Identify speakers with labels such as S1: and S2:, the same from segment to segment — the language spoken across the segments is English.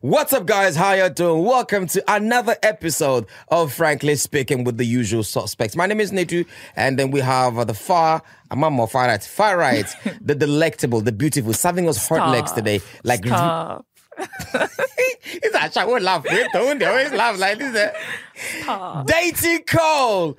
S1: What's up, guys? How you doing? Welcome to another episode of Frankly Speaking with the usual suspects. My name is Netu, and then we have uh, the far, I'm more far right, far right, the delectable, the beautiful, serving us hot legs today. Like,
S2: Stop.
S1: it's actually, I would laugh. They don't, they always laugh like this. eh?
S2: Stop. Ah.
S1: Dainty Cole,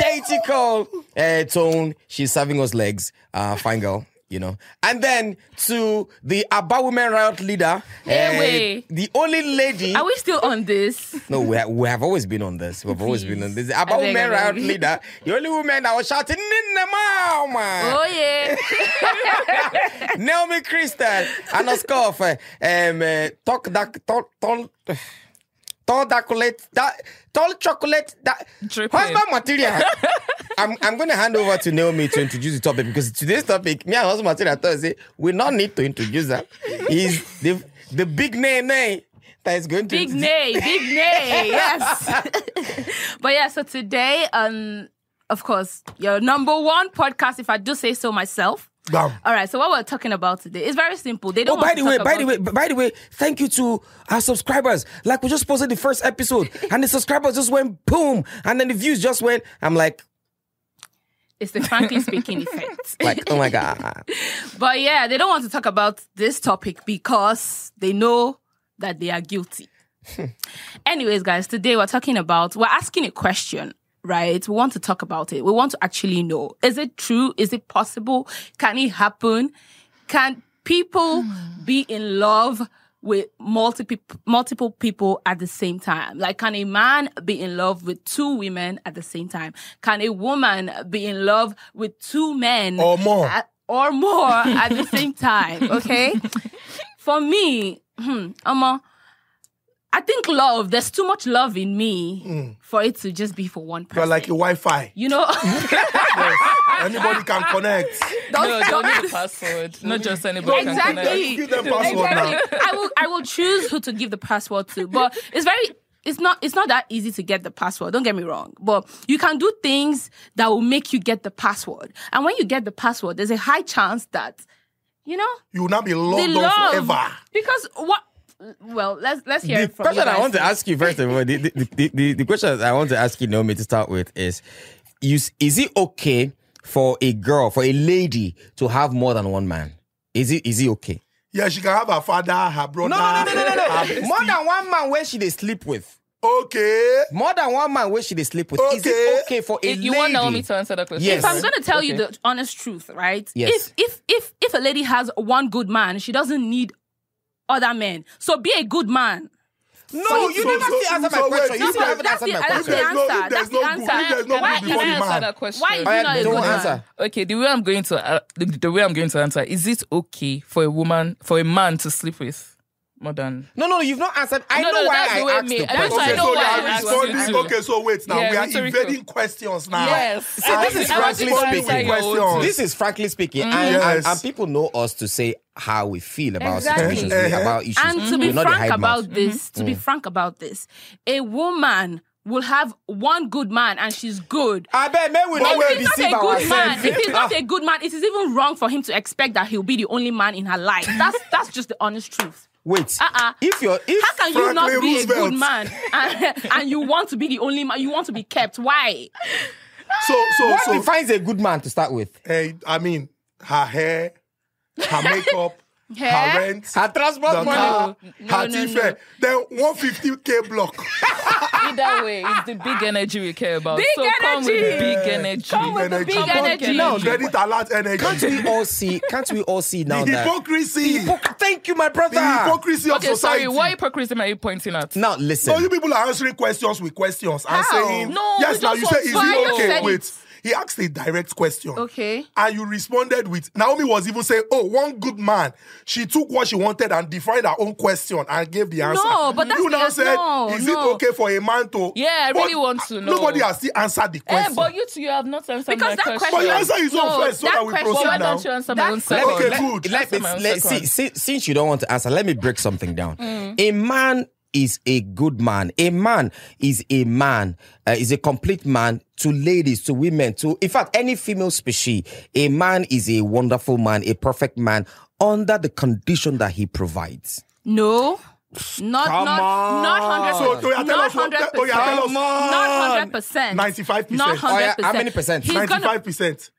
S1: Dainty Cole, uh, Tone. She's serving us legs. Uh, fine girl, you know. And then to the Aba Women Riot leader,
S2: Hey,
S1: eh,
S2: wey.
S1: the only lady.
S2: Are we still on this?
S1: no, we, ha- we have always been on this. We've always been on this.
S2: Please. I
S1: Aba
S2: beg,
S1: Women
S2: I
S1: Riot
S2: beg.
S1: leader, the only woman that was shouting in the mama.
S2: Oh yeah.
S1: Naomi Crystal, Anna Scoff, um, uh, talk that, talk, talk, tall that chocolate, that tall chocolate, that
S2: Dripping.
S1: husband material. I'm, I'm going to hand over to Naomi to introduce the topic because today's topic, me and husband material thought say we not need to introduce her. Is the the big name name that is going to
S2: Big nay, big nay. Yes. but yeah, so today, um, of course, your number one podcast, if I do say so myself.
S1: Bam.
S2: All right, so what we're talking about today is very simple. They don't
S1: Oh, by
S2: want
S1: the
S2: to
S1: way,
S2: talk
S1: by
S2: about
S1: the way, by the way, thank you to our subscribers. Like we just posted the first episode, and the subscribers just went boom, and then the views just went. I'm like,
S2: it's the frankly speaking effect.
S1: like, oh my god.
S2: But yeah, they don't want to talk about this topic because they know that they are guilty. Anyways, guys, today we're talking about, we're asking a question, right? We want to talk about it. We want to actually know is it true? Is it possible? Can it happen? Can people be in love? With multiple multiple people at the same time, like can a man be in love with two women at the same time? Can a woman be in love with two men
S1: Or more.
S2: at- or more at the same time. Okay. For me, hmm, Omo, I think love, there's too much love in me for it to just be for one person.
S3: You're like a Wi-Fi.
S2: you know,
S3: Anybody can connect.
S2: don't,
S4: No,
S2: don't-
S4: don't need the password. Not just anybody can connect.
S2: exactly.
S3: Give them password now.
S2: Exactly. I will I will choose who to give the password to. But it's very it's not it's not that easy to get the password, don't get me wrong. But you can do things that will make you get the password. And when you get the password, there's a high chance that, you know,
S3: You will not be
S2: the
S3: locked
S2: love
S3: on forever.
S2: Because what? Well, let's let's hear
S1: the
S2: it from
S1: question
S2: you
S1: I
S2: guys.
S1: want to ask you first of all, the, the, the, the, the question I want to ask you, Naomi, to start with is, is, is it okay for a girl, for a lady to have more than one man? Is it is it okay?
S3: Yeah, she can have her father, her brother. her bestie.
S1: More than one man where she they sleep with.
S3: Okay.
S1: More than one man where she they sleep with. Is
S3: Okay.
S1: it okay for a
S4: If you
S1: lady?
S4: want Naomi to answer that question,
S1: Yes.
S2: If I'm going to tell you
S4: Okay.
S2: the honest truth, right?
S1: Yes.
S2: If if if if a lady has one good man, she doesn't need other men. So be a good man.
S1: no, you
S3: So-
S1: never
S3: so-
S1: still answer my
S3: so wait,
S1: question. You
S3: if
S1: still
S3: there's-
S1: haven't
S2: that's
S1: answered
S2: the-
S1: my
S2: that's
S1: question.
S2: the
S3: There's no-
S2: answer.
S3: there's
S2: That's
S3: no
S2: the
S3: good- if
S2: answer.
S3: there's no
S2: Why
S3: good
S2: is
S4: Can I
S3: before the
S2: it-
S3: man.
S4: answer that question?
S2: Why is
S1: Oh,
S2: it
S1: yeah,
S2: not a
S1: don't
S2: good
S1: answer.
S2: man?
S4: Uh, okay, the way I'm going to uh, the, the way I'm going to answer is it okay for a woman for a man to sleep with more than
S1: No, no, you've not answered. I
S4: No,
S1: know
S4: no,
S1: why
S4: that's the way
S1: I asked
S4: me-
S1: the
S4: that's
S1: question.
S4: why I
S3: Okay,
S4: know
S3: so we
S4: why
S3: are
S4: I asked you
S3: responding.
S4: to.
S3: Okay, so wait now.
S4: Yeah,
S3: we are
S4: rhetorical.
S3: evading questions now.
S4: Yes.
S3: And
S4: I
S1: this is
S4: I want
S1: frankly
S4: you to answer
S1: speaking.
S4: your own
S3: Questions.
S1: This is frankly speaking, and,
S3: Yes.
S1: and, and people know us to say how we feel about
S2: Exactly.
S1: situations,
S3: Uh-huh.
S1: about issues.
S2: And to be
S1: We're not the
S2: frank
S1: hide
S2: about
S1: mouth.
S2: this, to be frank about this, a woman will have one good man and she's good.
S1: I bet men will
S3: But
S1: not
S3: we're
S1: be
S2: if he's
S1: deceived
S2: not a good man,
S1: ourselves.
S2: if he's not a good man, it is even wrong for him to expect that he'll be the only man in her life. That's that's just the honest truth.
S1: Wait,
S2: Uh-uh.
S1: if you're if
S2: How can you not
S3: Franklin
S2: be a
S3: Roosevelt.
S2: good man and, and you want to be the only man? You want to be kept? Why?
S3: So so
S1: what
S3: so
S1: defines a good man to start with?
S3: eh, I mean, her hair, her makeup, her
S2: Hair?
S3: rent,
S1: Her transport
S3: the
S1: money.
S3: car,
S4: No,
S3: her
S4: no,
S3: tea
S4: no.
S3: fare. Then 150k block.
S4: Either way, it's the big energy we care about.
S2: Big
S4: so come with
S2: energy.
S4: big energy.
S2: Come with the
S3: energy.
S2: big
S3: Come on,
S2: energy.
S4: No,
S3: Credit alert
S1: Can't
S3: energy.
S1: we all see? Can't we all see now that?
S3: Hypocrisy.
S1: Hypoc- Thank you, my brother.
S3: The hypocrisy of
S4: Okay,
S3: society.
S4: sorry. What hypocrisy are you pointing at?
S1: Now
S3: So
S1: listen.
S3: you people are answering questions with questions and
S2: How?
S3: saying,
S4: No, we
S3: yes, now
S4: just
S3: you say,
S4: want
S3: is
S2: facts.
S3: it
S2: You
S3: okay?
S2: said
S3: Wait.
S2: it.
S3: He asked a direct question.
S2: Okay.
S3: And you responded with, Naomi was even saying, oh, one good man. She took what she wanted and defined her own question and gave the answer.
S2: but that's
S3: You now
S2: the-
S3: said,
S2: no,
S3: is
S2: no.
S3: it okay for a man to...
S4: Yeah, I
S3: But
S4: really want to know.
S3: Nobody has still answered the
S4: Eh,
S3: question.
S4: but you two, you have not answered
S2: Because
S4: my
S2: that question.
S3: But you answer his own
S2: No,
S3: first so
S2: that
S3: that we
S2: question-
S3: proceed
S4: Why
S3: now.
S4: don't you answer
S2: That
S4: my own
S2: question-
S4: second?
S3: Okay,
S1: Let-
S3: good.
S1: let
S4: That's
S1: me-
S4: my own
S1: let- see,
S4: second.
S1: see, since you don't want to answer, let me break something down.
S2: Mm.
S1: A man is a good man. A man is a man, uh, is a complete man to ladies, to women, to, in fact, any female species. A man is a wonderful man, a perfect man under the condition that he provides.
S2: No. Not
S1: Come
S2: not not
S1: on.
S2: hundred
S3: So, Toya,
S2: percent.
S3: tell
S2: Not
S3: us what-
S2: hundred percent.
S3: Toya, tell us.
S2: Not hundred percent.
S3: 95%.
S2: Not
S3: Oh,
S1: yeah,
S2: hundred percent.
S1: how many percent?
S2: He's gonna.
S3: 95%.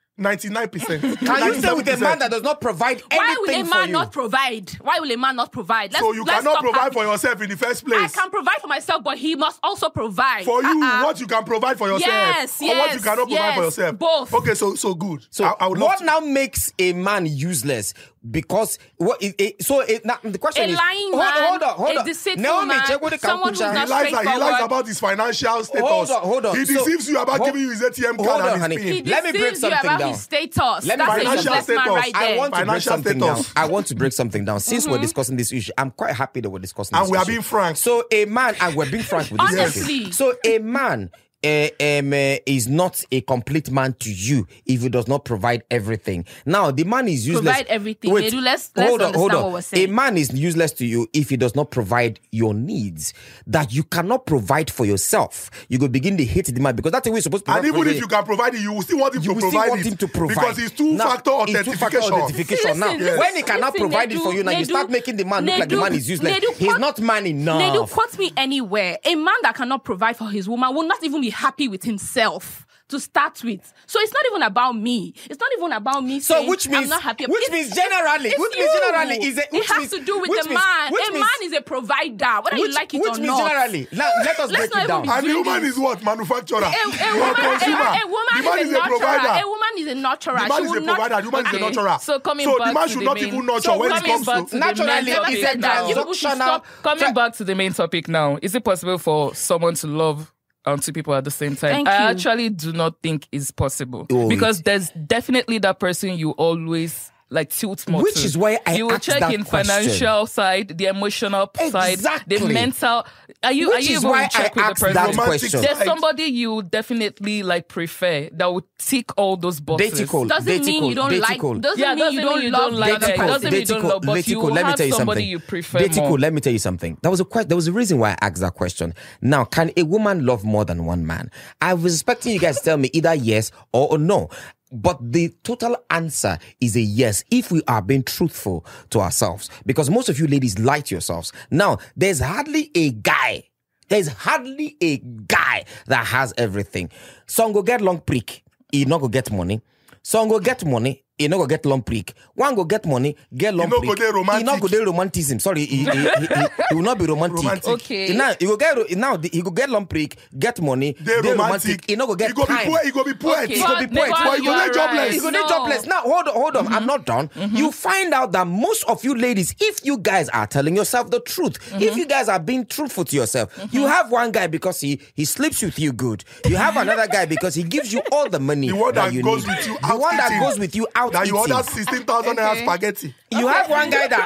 S3: 99%.
S1: Can you stay with a man that does not provide anything
S2: Why will a
S1: for
S2: man
S1: you?
S2: not provide? Why will a man not provide? Let's,
S3: So you
S2: let's
S3: cannot
S2: stop
S3: provide
S2: having-
S3: for yourself in the first
S2: I
S3: place.
S2: can provide for myself, but he must also provide
S3: For you,
S2: Uh-uh.
S3: what you can provide for yourself,
S2: Yes,
S3: or what you
S2: yes,
S3: cannot provide for
S2: yes,
S3: yourself.
S2: both.
S3: Okay, so so good.
S1: So
S3: I, I would love
S1: what
S3: to-
S1: now makes a man useless? Because what it, it, so it, now, the question
S2: A
S1: is
S2: lying
S1: hold,
S2: man,
S1: hold on, hold
S2: a
S1: on.
S2: deceitful
S1: Naomi
S2: man,
S1: Chegwode
S2: someone who's
S1: Kankucha-
S2: not
S3: He lies, that- he lies
S2: straightforward.
S3: about his financial status.
S1: Hold on, hold on.
S3: He
S1: So-
S3: deceives you about
S1: hold-
S3: giving you his ATM
S1: hold
S3: card
S1: on,
S3: and his
S1: honey.
S3: pin.
S2: He
S1: Let me break
S2: deceives you
S1: something
S2: about
S1: down.
S2: his status.
S1: Let me
S2: That's
S1: break-
S2: a useless
S3: Financial
S2: man
S3: status.
S2: right there.
S1: I want to break
S3: Financial
S1: something down.
S3: status.
S1: I want to break something down. Since
S2: Mm-hmm.
S1: we're discussing this issue, I'm quite happy that we're discussing.
S3: And
S1: this
S3: we are
S1: issue.
S3: being frank.
S1: So a man, and we're being frank with this.
S2: Honestly.
S1: issue. so a man. Uh, um, uh, is not a complete man to you if he does not provide everything. Now the man is useless.
S2: Provide everything. Edu, let's- let's understand what we're saying.
S1: A man is useless to you if he does not provide your needs that you cannot provide for yourself. You go begin to hate the man because that's the way you're supposed to.
S3: and
S1: provide
S3: even
S1: for
S3: if
S1: the-
S3: you can provide it, you will still want him
S1: you
S3: to
S1: will still
S3: provide
S1: want
S3: it
S1: him to provide
S3: because it's two
S1: Now,
S3: factor
S1: it's two-factor
S3: authentification.
S1: authentification. Now,
S2: Listen,
S1: when he cannot
S2: listen,
S1: provide it for
S2: Nedu,
S1: you, now you start
S2: Nedu,
S1: making the man look like the
S2: Nedu,
S1: man is useless.
S2: Nedu,
S1: He's
S2: quote-
S1: not man
S2: They do
S1: enough.
S2: quote me anywhere. A man that cannot provide for his woman will not even be happy with himself to start with. So it's not even about me. It's not even about me.
S1: So
S2: saying
S1: which means
S2: I'm not happy.
S1: which
S2: It's-
S1: means generally,
S2: it's
S1: which means
S2: you.
S1: generally is a, which
S2: it has
S1: means-
S2: to do with
S1: which
S2: the
S1: means-
S2: man.
S1: which
S2: a
S1: means-
S2: man is a provider, whether
S1: which,
S2: you like it
S1: which
S2: or
S1: means
S2: not.
S1: generally. Now, let us
S2: Let's
S1: break
S2: not
S1: it
S2: even
S1: down.
S2: be
S3: And the
S2: doing
S3: woman
S2: this.
S3: is what? Manufacturer.
S2: A, a
S3: You are
S2: woman, a,
S3: consumer.
S2: a woman
S3: the man
S2: is a nurturer.
S3: provider.
S2: A woman is a nurturer.
S3: The man
S2: she
S3: is
S2: will
S3: a
S2: not-
S3: provider. The woman is a
S2: Okay.
S3: nurturer.
S4: So coming
S3: So
S4: back
S3: the man
S4: to
S3: should
S4: the
S3: not
S4: main-
S3: even nurture
S1: So
S3: when it
S1: coming
S3: comes
S4: back
S3: to.
S4: to-
S1: Naturally,
S2: men
S1: it's a
S2: that down. You people should
S1: transactional.
S2: stop
S4: Coming
S1: tra-
S4: back to the main topic now, is it possible for someone to love um, two people at the same time?
S2: Thank
S4: I
S2: you.
S4: actually do not think is possible
S1: Oh,
S4: because there's definitely that person you always like tilt more
S1: Which
S4: to.
S1: is why I
S4: you will
S1: asked
S4: check
S1: that
S4: in
S1: question.
S4: financial side, the emotional side, the
S1: Exactly.
S4: mental. Are you are
S1: Which
S4: you
S1: is
S4: even
S1: why I
S4: check with the
S1: asked
S4: person?
S1: that
S3: Romantic
S1: question.
S4: There's
S3: Right.
S4: somebody you definitely like prefer that would tick all those boxes.
S1: Datical,
S2: Doesn't mean you
S1: datical,
S2: don't like.
S1: datical.
S2: Doesn't
S4: Yeah,
S2: mean
S4: doesn't
S2: you don't
S4: mean you
S2: love
S4: don't like
S2: the other
S4: that.
S2: person.
S4: Doesn't mean you don't love, but you
S1: Detico, let me
S4: have
S1: tell you
S4: somebody
S1: something.
S4: you prefer
S1: Detico,
S4: more.
S1: Oh, let me tell you something. That was a question. There was a reason why I asked that question. Now, can a woman love more than one man? I was expecting you guys to tell me either yes or, or no. But the total answer is a yes if we are being truthful to ourselves. Because most of you ladies lie to yourselves. Now, there's hardly a guy, there's hardly a guy that has everything. Some go get long prick, he not go get money. Some go get money, he not go get long prick. One go get money, get long
S3: He no go dey romantic.
S1: he no go dey romanticism. Sorry, he, he, he, he- he will not be romantic.
S3: Romantic.
S4: Okay.
S1: He now he go get ro- now he go get lump prick, get money,
S3: They
S1: dey
S3: romantic.
S1: romantic. He no go get
S3: He go
S1: time.
S3: be poor. He go be poor.
S4: Okay.
S1: He go be
S4: But-
S1: poor.
S4: but
S1: But
S3: you are
S1: dey jobless.
S3: right.
S1: He go dey
S4: No. Mm-hmm.
S1: jobless. Now hold on, hold on.
S3: Mm-hmm.
S1: I'm not done. You find out that most of you ladies, if you guys are telling yourself the truth,
S4: Mm-hmm.
S1: if you guys are being truthful to yourself, you have one guy because he he sleeps with you good. You have another guy because he gives you all the money
S3: The one that
S1: you
S3: goes
S1: need.
S3: with you
S1: the
S3: out
S1: one that
S3: eating.
S1: goes with you out
S3: That you
S1: eating.
S3: order 16,000 naira spaghetti.
S1: You have one guy that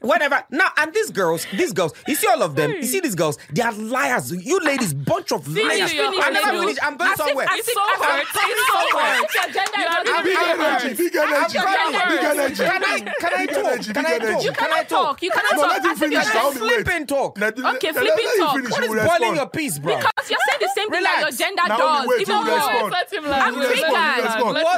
S1: whatever. Now and these girls, these girls, you see all of them. You see these girls, they are liars. You ladies, bunch of
S4: Finish
S1: liars.
S4: your
S1: I never
S4: hurdle.
S1: finish. I'm going
S4: As if-
S1: somewhere.
S4: as if- as if-
S2: Your gender
S4: You
S2: is
S4: are
S2: not even
S3: Big
S4: I'm
S3: energy.
S4: hurt.
S3: Big
S1: I'm
S3: energy.
S1: going-
S3: Big
S4: hurt.
S3: energy.
S1: Can I can I
S3: Big
S1: talk?
S3: energy,
S1: Can I
S3: big energy.
S2: You
S1: talk? Can I
S2: cannot
S1: talk?
S2: talk. You cannot
S3: No,
S2: talk.
S3: let him
S2: As if
S3: finish.
S2: you're
S3: Now
S2: just-
S3: we wait.
S1: Sleeping talk.
S3: Let- let-
S2: Okay,
S3: let-
S2: flipping
S3: let him
S2: talk.
S3: finish,
S1: What
S3: he
S1: is
S3: will
S1: boiling
S3: respond.
S1: your peace, bro?
S2: Because you're saying the same thing that your
S1: Relax.
S2: gender
S3: Now we
S2: does.
S3: wait
S2: Even
S3: till we
S2: though
S3: respond.
S2: I'm
S1: What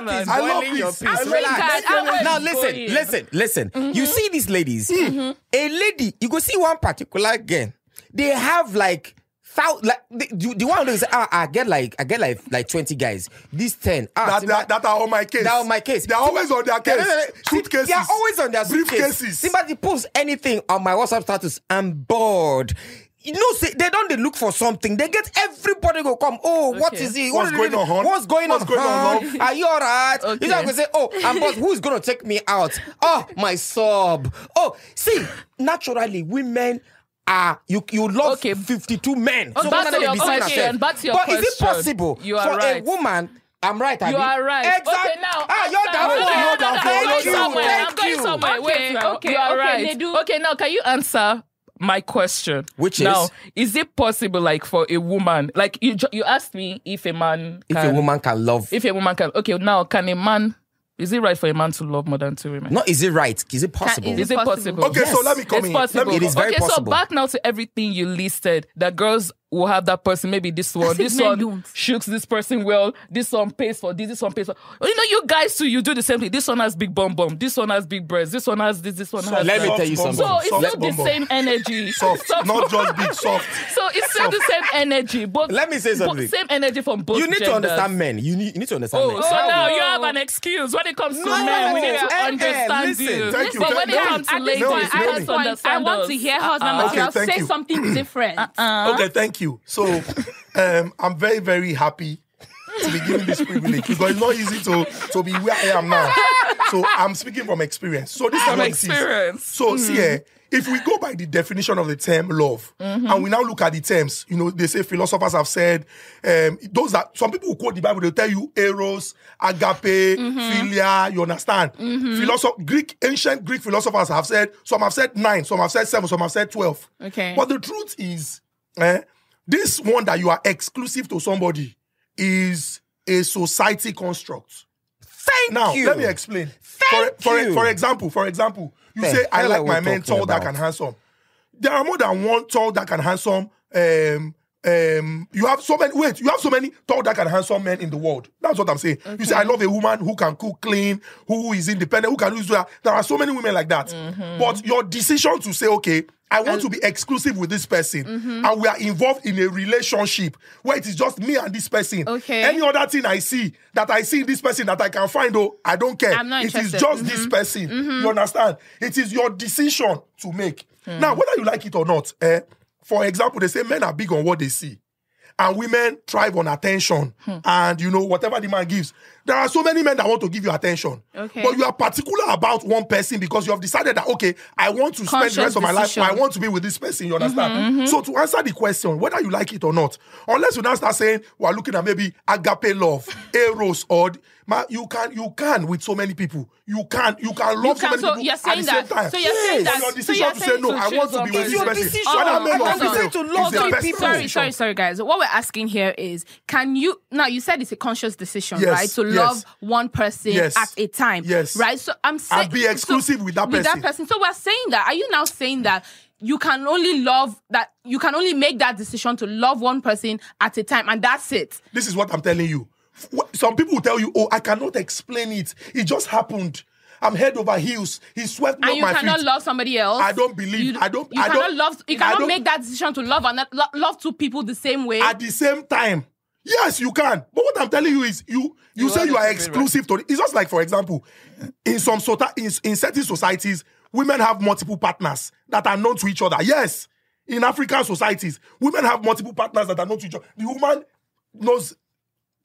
S1: is
S4: I
S3: love
S1: boiling
S3: this.
S1: your
S3: I
S1: peace?
S2: love
S1: Relax.
S2: this. I love
S1: Now
S4: this.
S1: listen, listen, listen. You see these ladies. A lady, you go see one particular girl. They have like. thou- Like the, the, the one who say, ah, I get like I get like like twenty guys. These ten, ah,
S3: that, that, that are on my case.
S1: They're on my case.
S3: They're always on their
S1: No,
S3: case.
S1: no, no, no.
S3: Suitcases.
S1: They're always on their
S3: briefcases.
S1: suitcases. Somebody posts anything on my WhatsApp status. I'm bored. You know, say, they don't they look for something. They get everybody go come. Oh, what
S4: Okay.
S1: is it?
S3: What's
S1: What is
S3: going on, hon?
S1: What's going
S3: What's
S1: on?
S3: going on,
S1: hon?
S3: love?
S1: Are you alright?
S4: Okay.
S1: You know, I go say, oh, I'm bored. Who's gonna take me out? Oh, my sub. Oh, see, naturally, women. are you you love
S4: Okay.
S1: 52 men.
S4: Oh, back
S1: one
S4: to
S1: of them
S4: your
S1: be saying
S4: question.
S1: herself,
S4: Back to your
S1: but is it
S4: question.
S1: possible
S4: You are
S1: for a
S4: right.
S1: woman? I'm right.
S4: You
S1: Abby?
S4: are right.
S1: Exactly.
S4: Okay, now.
S1: Ah, you're
S4: after-
S1: down
S4: No,
S1: for
S4: no,
S1: it.
S4: no,
S3: you're
S4: no,
S3: down
S4: no,
S3: for it.
S4: I'm going
S1: Thank you.
S4: somewhere. I'm
S1: Thank
S4: going
S1: you.
S4: somewhere.
S2: Okay,
S4: Wait. now.
S2: okay,
S4: you are
S2: okay,
S4: right.
S2: Nedu.
S4: Okay, now can you answer my question?
S1: Which
S4: now,
S1: is?
S4: is it possible, like, for a woman, like you, ju- you asked me if a man,
S1: If
S4: can,
S1: a woman can love,
S4: if a woman can. Okay, now can a man? Is it right for a man to love more than two women?
S1: not is it right? Is it possible?
S4: Is it possible?
S3: Okay, so
S1: Yes.
S3: let me come
S4: it's
S3: in. Let
S4: possible.
S3: me,
S1: It is very
S4: okay,
S1: possible.
S4: so back now to everything you listed that girls will have that person. Maybe this one,
S2: As if
S4: this
S2: men
S4: one
S2: don't.
S4: shooks this person well. This one pays for this. This one pays for. You know, you guys too. You do the same thing. This one has big bum bum. This one has big breasts. This one has this. This one has.
S1: let me
S4: that.
S3: Soft
S1: tell you
S3: bum
S1: something.
S4: so
S3: bum,
S4: it's
S3: soft
S4: not the
S3: bum bum.
S4: same energy.
S3: Soft, not just big, soft.
S4: So it's still the same energy. Both.
S1: Let me say
S4: both-
S1: something.
S4: Same energy from both.
S1: You need to
S4: genders.
S1: understand men. You need, you need to understand
S4: Oh,
S1: men.
S4: so
S1: How
S4: now
S1: we-
S4: you have an excuse when it comes to
S1: No,
S4: men. We
S1: no,
S4: need
S1: no.
S4: to
S1: Eh, eh,
S4: understand
S1: listen.
S4: you.
S3: Thank you,
S4: but
S3: thank
S4: when
S3: you.
S4: it comes to
S2: At this
S4: ladies,
S3: Naomi,
S2: point,
S4: you
S3: Naomi.
S2: at
S4: have
S2: this
S4: to
S2: point, I
S4: understand
S2: want
S4: us.
S2: to Uh, hear her number.
S3: Okay,
S2: She'll
S3: thank
S2: say
S3: you.
S2: something different.
S4: Uh-huh.
S3: Okay, thank you. So, um, I'm very, very happy to be given this privilege because it's not easy to, to be where I am now. So, I'm speaking from experience. So, this is
S4: From
S3: what it is.
S4: experience.
S3: So see, eh, if we go by the definition of the term love, and we now look at the terms, you know, they say philosophers have said um, those that some people who quote the Bible, they'll tell you eros, agape, philia. You understand? Philosoph- Greek ancient Greek philosophers have said some have said nine, some have said seven, some have said twelve.
S2: Okay.
S3: But the truth is, eh, this one that you are exclusive to somebody is a society construct.
S1: Thank
S3: Now,
S1: you.
S3: let me explain.
S1: Thank
S3: for,
S1: you.
S3: For, for example, for example, you
S1: The
S3: say I
S1: hell are
S3: like
S1: we
S3: my men
S1: talking
S3: tall, dark,
S1: about?"
S3: and handsome. There are more than one tall, dark, and handsome. Um, um, you have so many. Wait, you have so many tall, dark, and handsome men in the world. That's what I'm saying. You say I love a woman who can cook, clean, who is independent, who can do that. There are so many women like that. But your decision to say, okay. I want to be exclusive with this person, and we are involved in a relationship where it is just me and this person.
S2: Okay.
S3: Any other thing I see that I see in this person that I can find, oh, I don't care.
S2: I'm not
S3: It is
S2: interested. Mm-hmm.
S3: just this person. You understand? It is your decision to make.
S2: Hmm.
S3: Now, whether you like it or not, eh, for example, they say men are big on what they see. And women thrive on attention
S2: Hmm.
S3: and you know whatever the man gives. There are so many men that want to give you attention.
S2: Okay.
S3: But you are particular about one person because you have decided that okay, I want to spend the
S2: Conscious
S3: rest of my life,
S2: decision.
S3: I want to be with this person,
S2: Mm-hmm,
S3: you understand? So to answer the question, whether you like it or not, unless you now start saying we're looking at maybe agape love, eros, or ma, you can you can with so many people. You can you can love
S2: can- so
S3: so many people
S2: you're
S3: at the
S2: saying
S3: same
S2: that.
S3: time.
S2: So you're saying
S3: Your
S2: that. So
S3: decision
S2: you're
S3: to say
S2: saying
S3: no,
S4: to
S3: I want
S4: choose
S3: to be with
S4: somebody. It's
S3: this
S4: your
S3: person.
S1: decision.
S3: Whether
S2: Oh,
S3: male or
S2: I can
S3: female,
S2: decide
S1: to
S3: it's
S1: love
S3: the
S1: three
S3: best
S1: people.
S2: Sorry,
S3: decision.
S2: sorry, sorry, guys. What we're asking here is can you now you said it's a conscious decision,
S3: Yes,
S2: right? To
S3: yes.
S2: love one person
S3: Yes.
S2: at a time.
S3: Yes.
S2: Right? So I'm saying
S3: And be exclusive with that
S2: With that person.
S3: person.
S2: So we're saying that. Are you now saying that you can only love that you can only make that decision to love one person at a time and that's it?
S3: This is what I'm telling you. F- wh- Some people will tell you, "Oh, I cannot explain it. It just happened. I'm head over heels. He swept me
S2: And
S3: off
S2: you
S3: my
S2: cannot
S3: feet."
S2: love somebody else.
S3: I don't believe-
S2: You,
S3: I don't-
S2: You
S3: I
S2: cannot
S3: don't-
S2: love. You
S3: I
S2: cannot
S3: don't-
S2: make that decision to love and lo- love two people the same way.
S3: at the same time. Yes, you can. But what I'm telling you is you you, say
S4: want
S3: you
S4: it
S3: are
S4: to be
S3: exclusive to it's just like for example, in some sort in, in certain societies, women have multiple partners that are known to each other. Yes. In African societies, women have multiple partners that are known to each other. The woman knows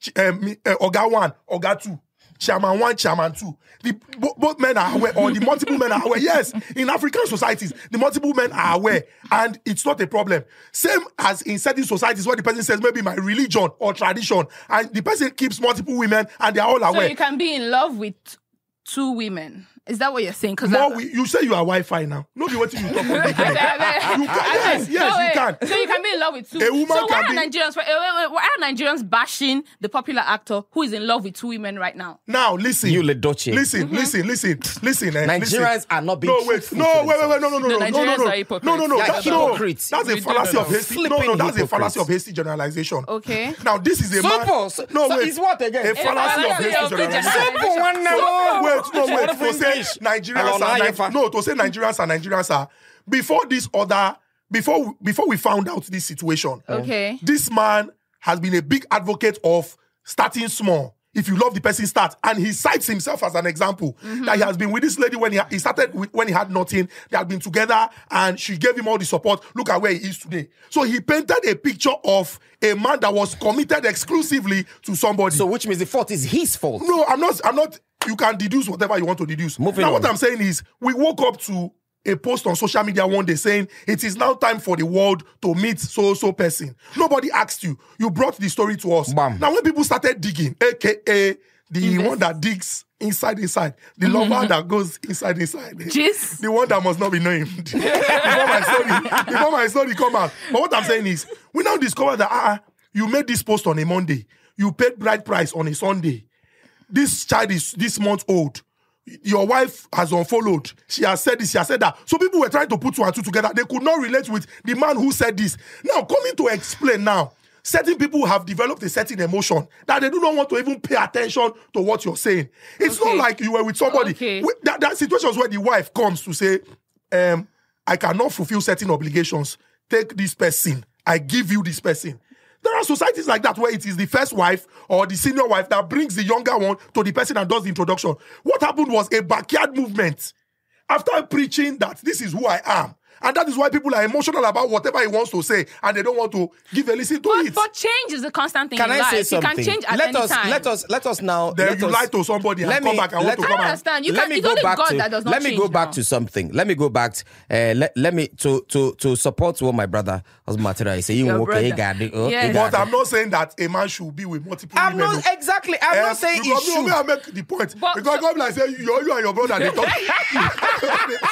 S3: ch- um, me- uh, Oga one, Oga two, Chairman one, Chairman two. The bo- both men are aware, or the multiple men are aware. Yes, in African societies, the multiple men are aware, and it's not a problem. Same as in certain societies where the person says maybe my religion or tradition, and the person keeps multiple women, and they are all
S2: so
S3: aware.
S2: you can be in love with two women. Is that what you're saying? Because
S3: More we, you say you are Wi-Fi now. No be what you talk about. You can. Yes, yes, you can.
S2: So you can be in love with two.
S3: A woman
S2: so why
S3: can
S2: are
S3: be-
S2: Nigerians? Wait, wait, wait, why are Nigerians bashing the popular actor who is in love with two women right now?
S3: Now listen.
S1: You Ledoche.
S3: Listen, listen, listen, listen, eh, listen.
S1: Nigerians are not being
S3: No, wait,
S1: truthful
S3: no,
S1: to
S3: wait, wait, wait, no, no,
S4: No,
S3: no, no, no, no,
S4: Nigerians
S3: no,
S4: are
S3: no,
S4: hypocrites.
S3: no, no,
S4: They are
S3: that's no,
S1: hypocrites.
S3: that's a
S4: We do
S3: fallacy
S4: know.
S3: of hasty. No,
S1: Flipping
S3: no, that's a
S1: hypocrites.
S3: fallacy of hasty generalization.
S2: Okay.
S3: Now this is a man.
S1: Simple.
S3: No,
S1: So
S3: wait.
S1: it's what again?
S3: A fallacy of
S4: fallacy of
S3: hasty
S4: hasty
S3: generalization.
S4: generalization.
S1: Simple one now.
S3: Wait, no, wait.
S1: Wonderful
S3: To say
S1: English.
S3: Nigerians
S1: Hello,
S3: are
S1: Nigel.
S3: Nigerians. No, to say Nigerians are Nigerians are before this other before before we found out this situation.
S2: Okay.
S3: This man has been a big advocate of starting small. If you love the person, start. And he cites himself as an example that he has been with this lady when he, he started with, when he had nothing. They had been together and she gave him all the support. Look at where he is today. So he painted a picture of a man that was committed exclusively to somebody.
S1: So which means the fault is his fault.
S3: No, I'm not. I'm not. You can deduce whatever you want to deduce.
S1: Moving
S3: now, what
S1: on.
S3: I'm saying is, we woke up to a post on social media one day saying it is now time for the world to meet so so person. Nobody asked you. You brought the story to us.
S1: Bam.
S3: Now, when people started digging, aka the one that digs inside inside, the lover that goes inside inside,
S2: Jeez.
S3: the one that must not be named before my story before my story come out. But what I'm saying is, we now discover that ah, ah, you made this post on a Monday, you paid bride price on a Sunday this child is this month old. your wife has unfollowed. She has said this, she has said that. So people were trying to put two and two together. They could not relate with the man who said this. Now, coming to explain now, certain people have developed a certain emotion that they do not want to even pay attention to what you're saying. It's
S4: Okay.
S3: not like you were with somebody.
S4: Okay.
S3: We- There, there are situations where the wife comes to say, um, I cannot fulfill certain obligations. Take this person. I give you this person. There are societies like that where it is the first wife or the senior wife that brings the younger one to the person and does the introduction. What happened was a backyard movement. After preaching that this is who I am, and that is why people are emotional about whatever he wants to say, and they don't want to give a listen to
S2: But,
S3: it.
S2: but change is a constant thing
S1: Can
S2: in
S1: I
S2: life.
S1: say
S2: You
S1: something?
S2: can change at
S1: let
S2: any
S1: us,
S2: time.
S1: Let us, let us now.
S3: Then
S1: let
S3: you
S1: us,
S3: lie to somebody and
S1: let
S3: come
S1: me-
S3: back and
S1: let-
S3: want to
S2: I
S3: come and
S2: understand. You
S1: let
S2: can,
S1: me
S2: it's
S1: go
S2: only
S1: back
S2: God
S1: to
S2: that does not
S1: let me
S2: change
S1: go back
S2: now.
S1: to something. Let me go back. To, uh, let, let me to to to support what my brother was Matera. Say you
S2: Your
S1: okay,
S2: brother.
S1: Gadi, oh,
S2: Yes.
S1: eh,
S3: But
S1: Gadi."
S3: I'm not saying that a man should be with multiple
S1: I'm
S3: women.
S1: not exactly. I'm
S3: Eh,
S1: not saying
S3: because
S1: it
S3: me, me,
S1: should.
S3: I make the point.
S4: But-
S3: because God like say you, you and your brother they talk.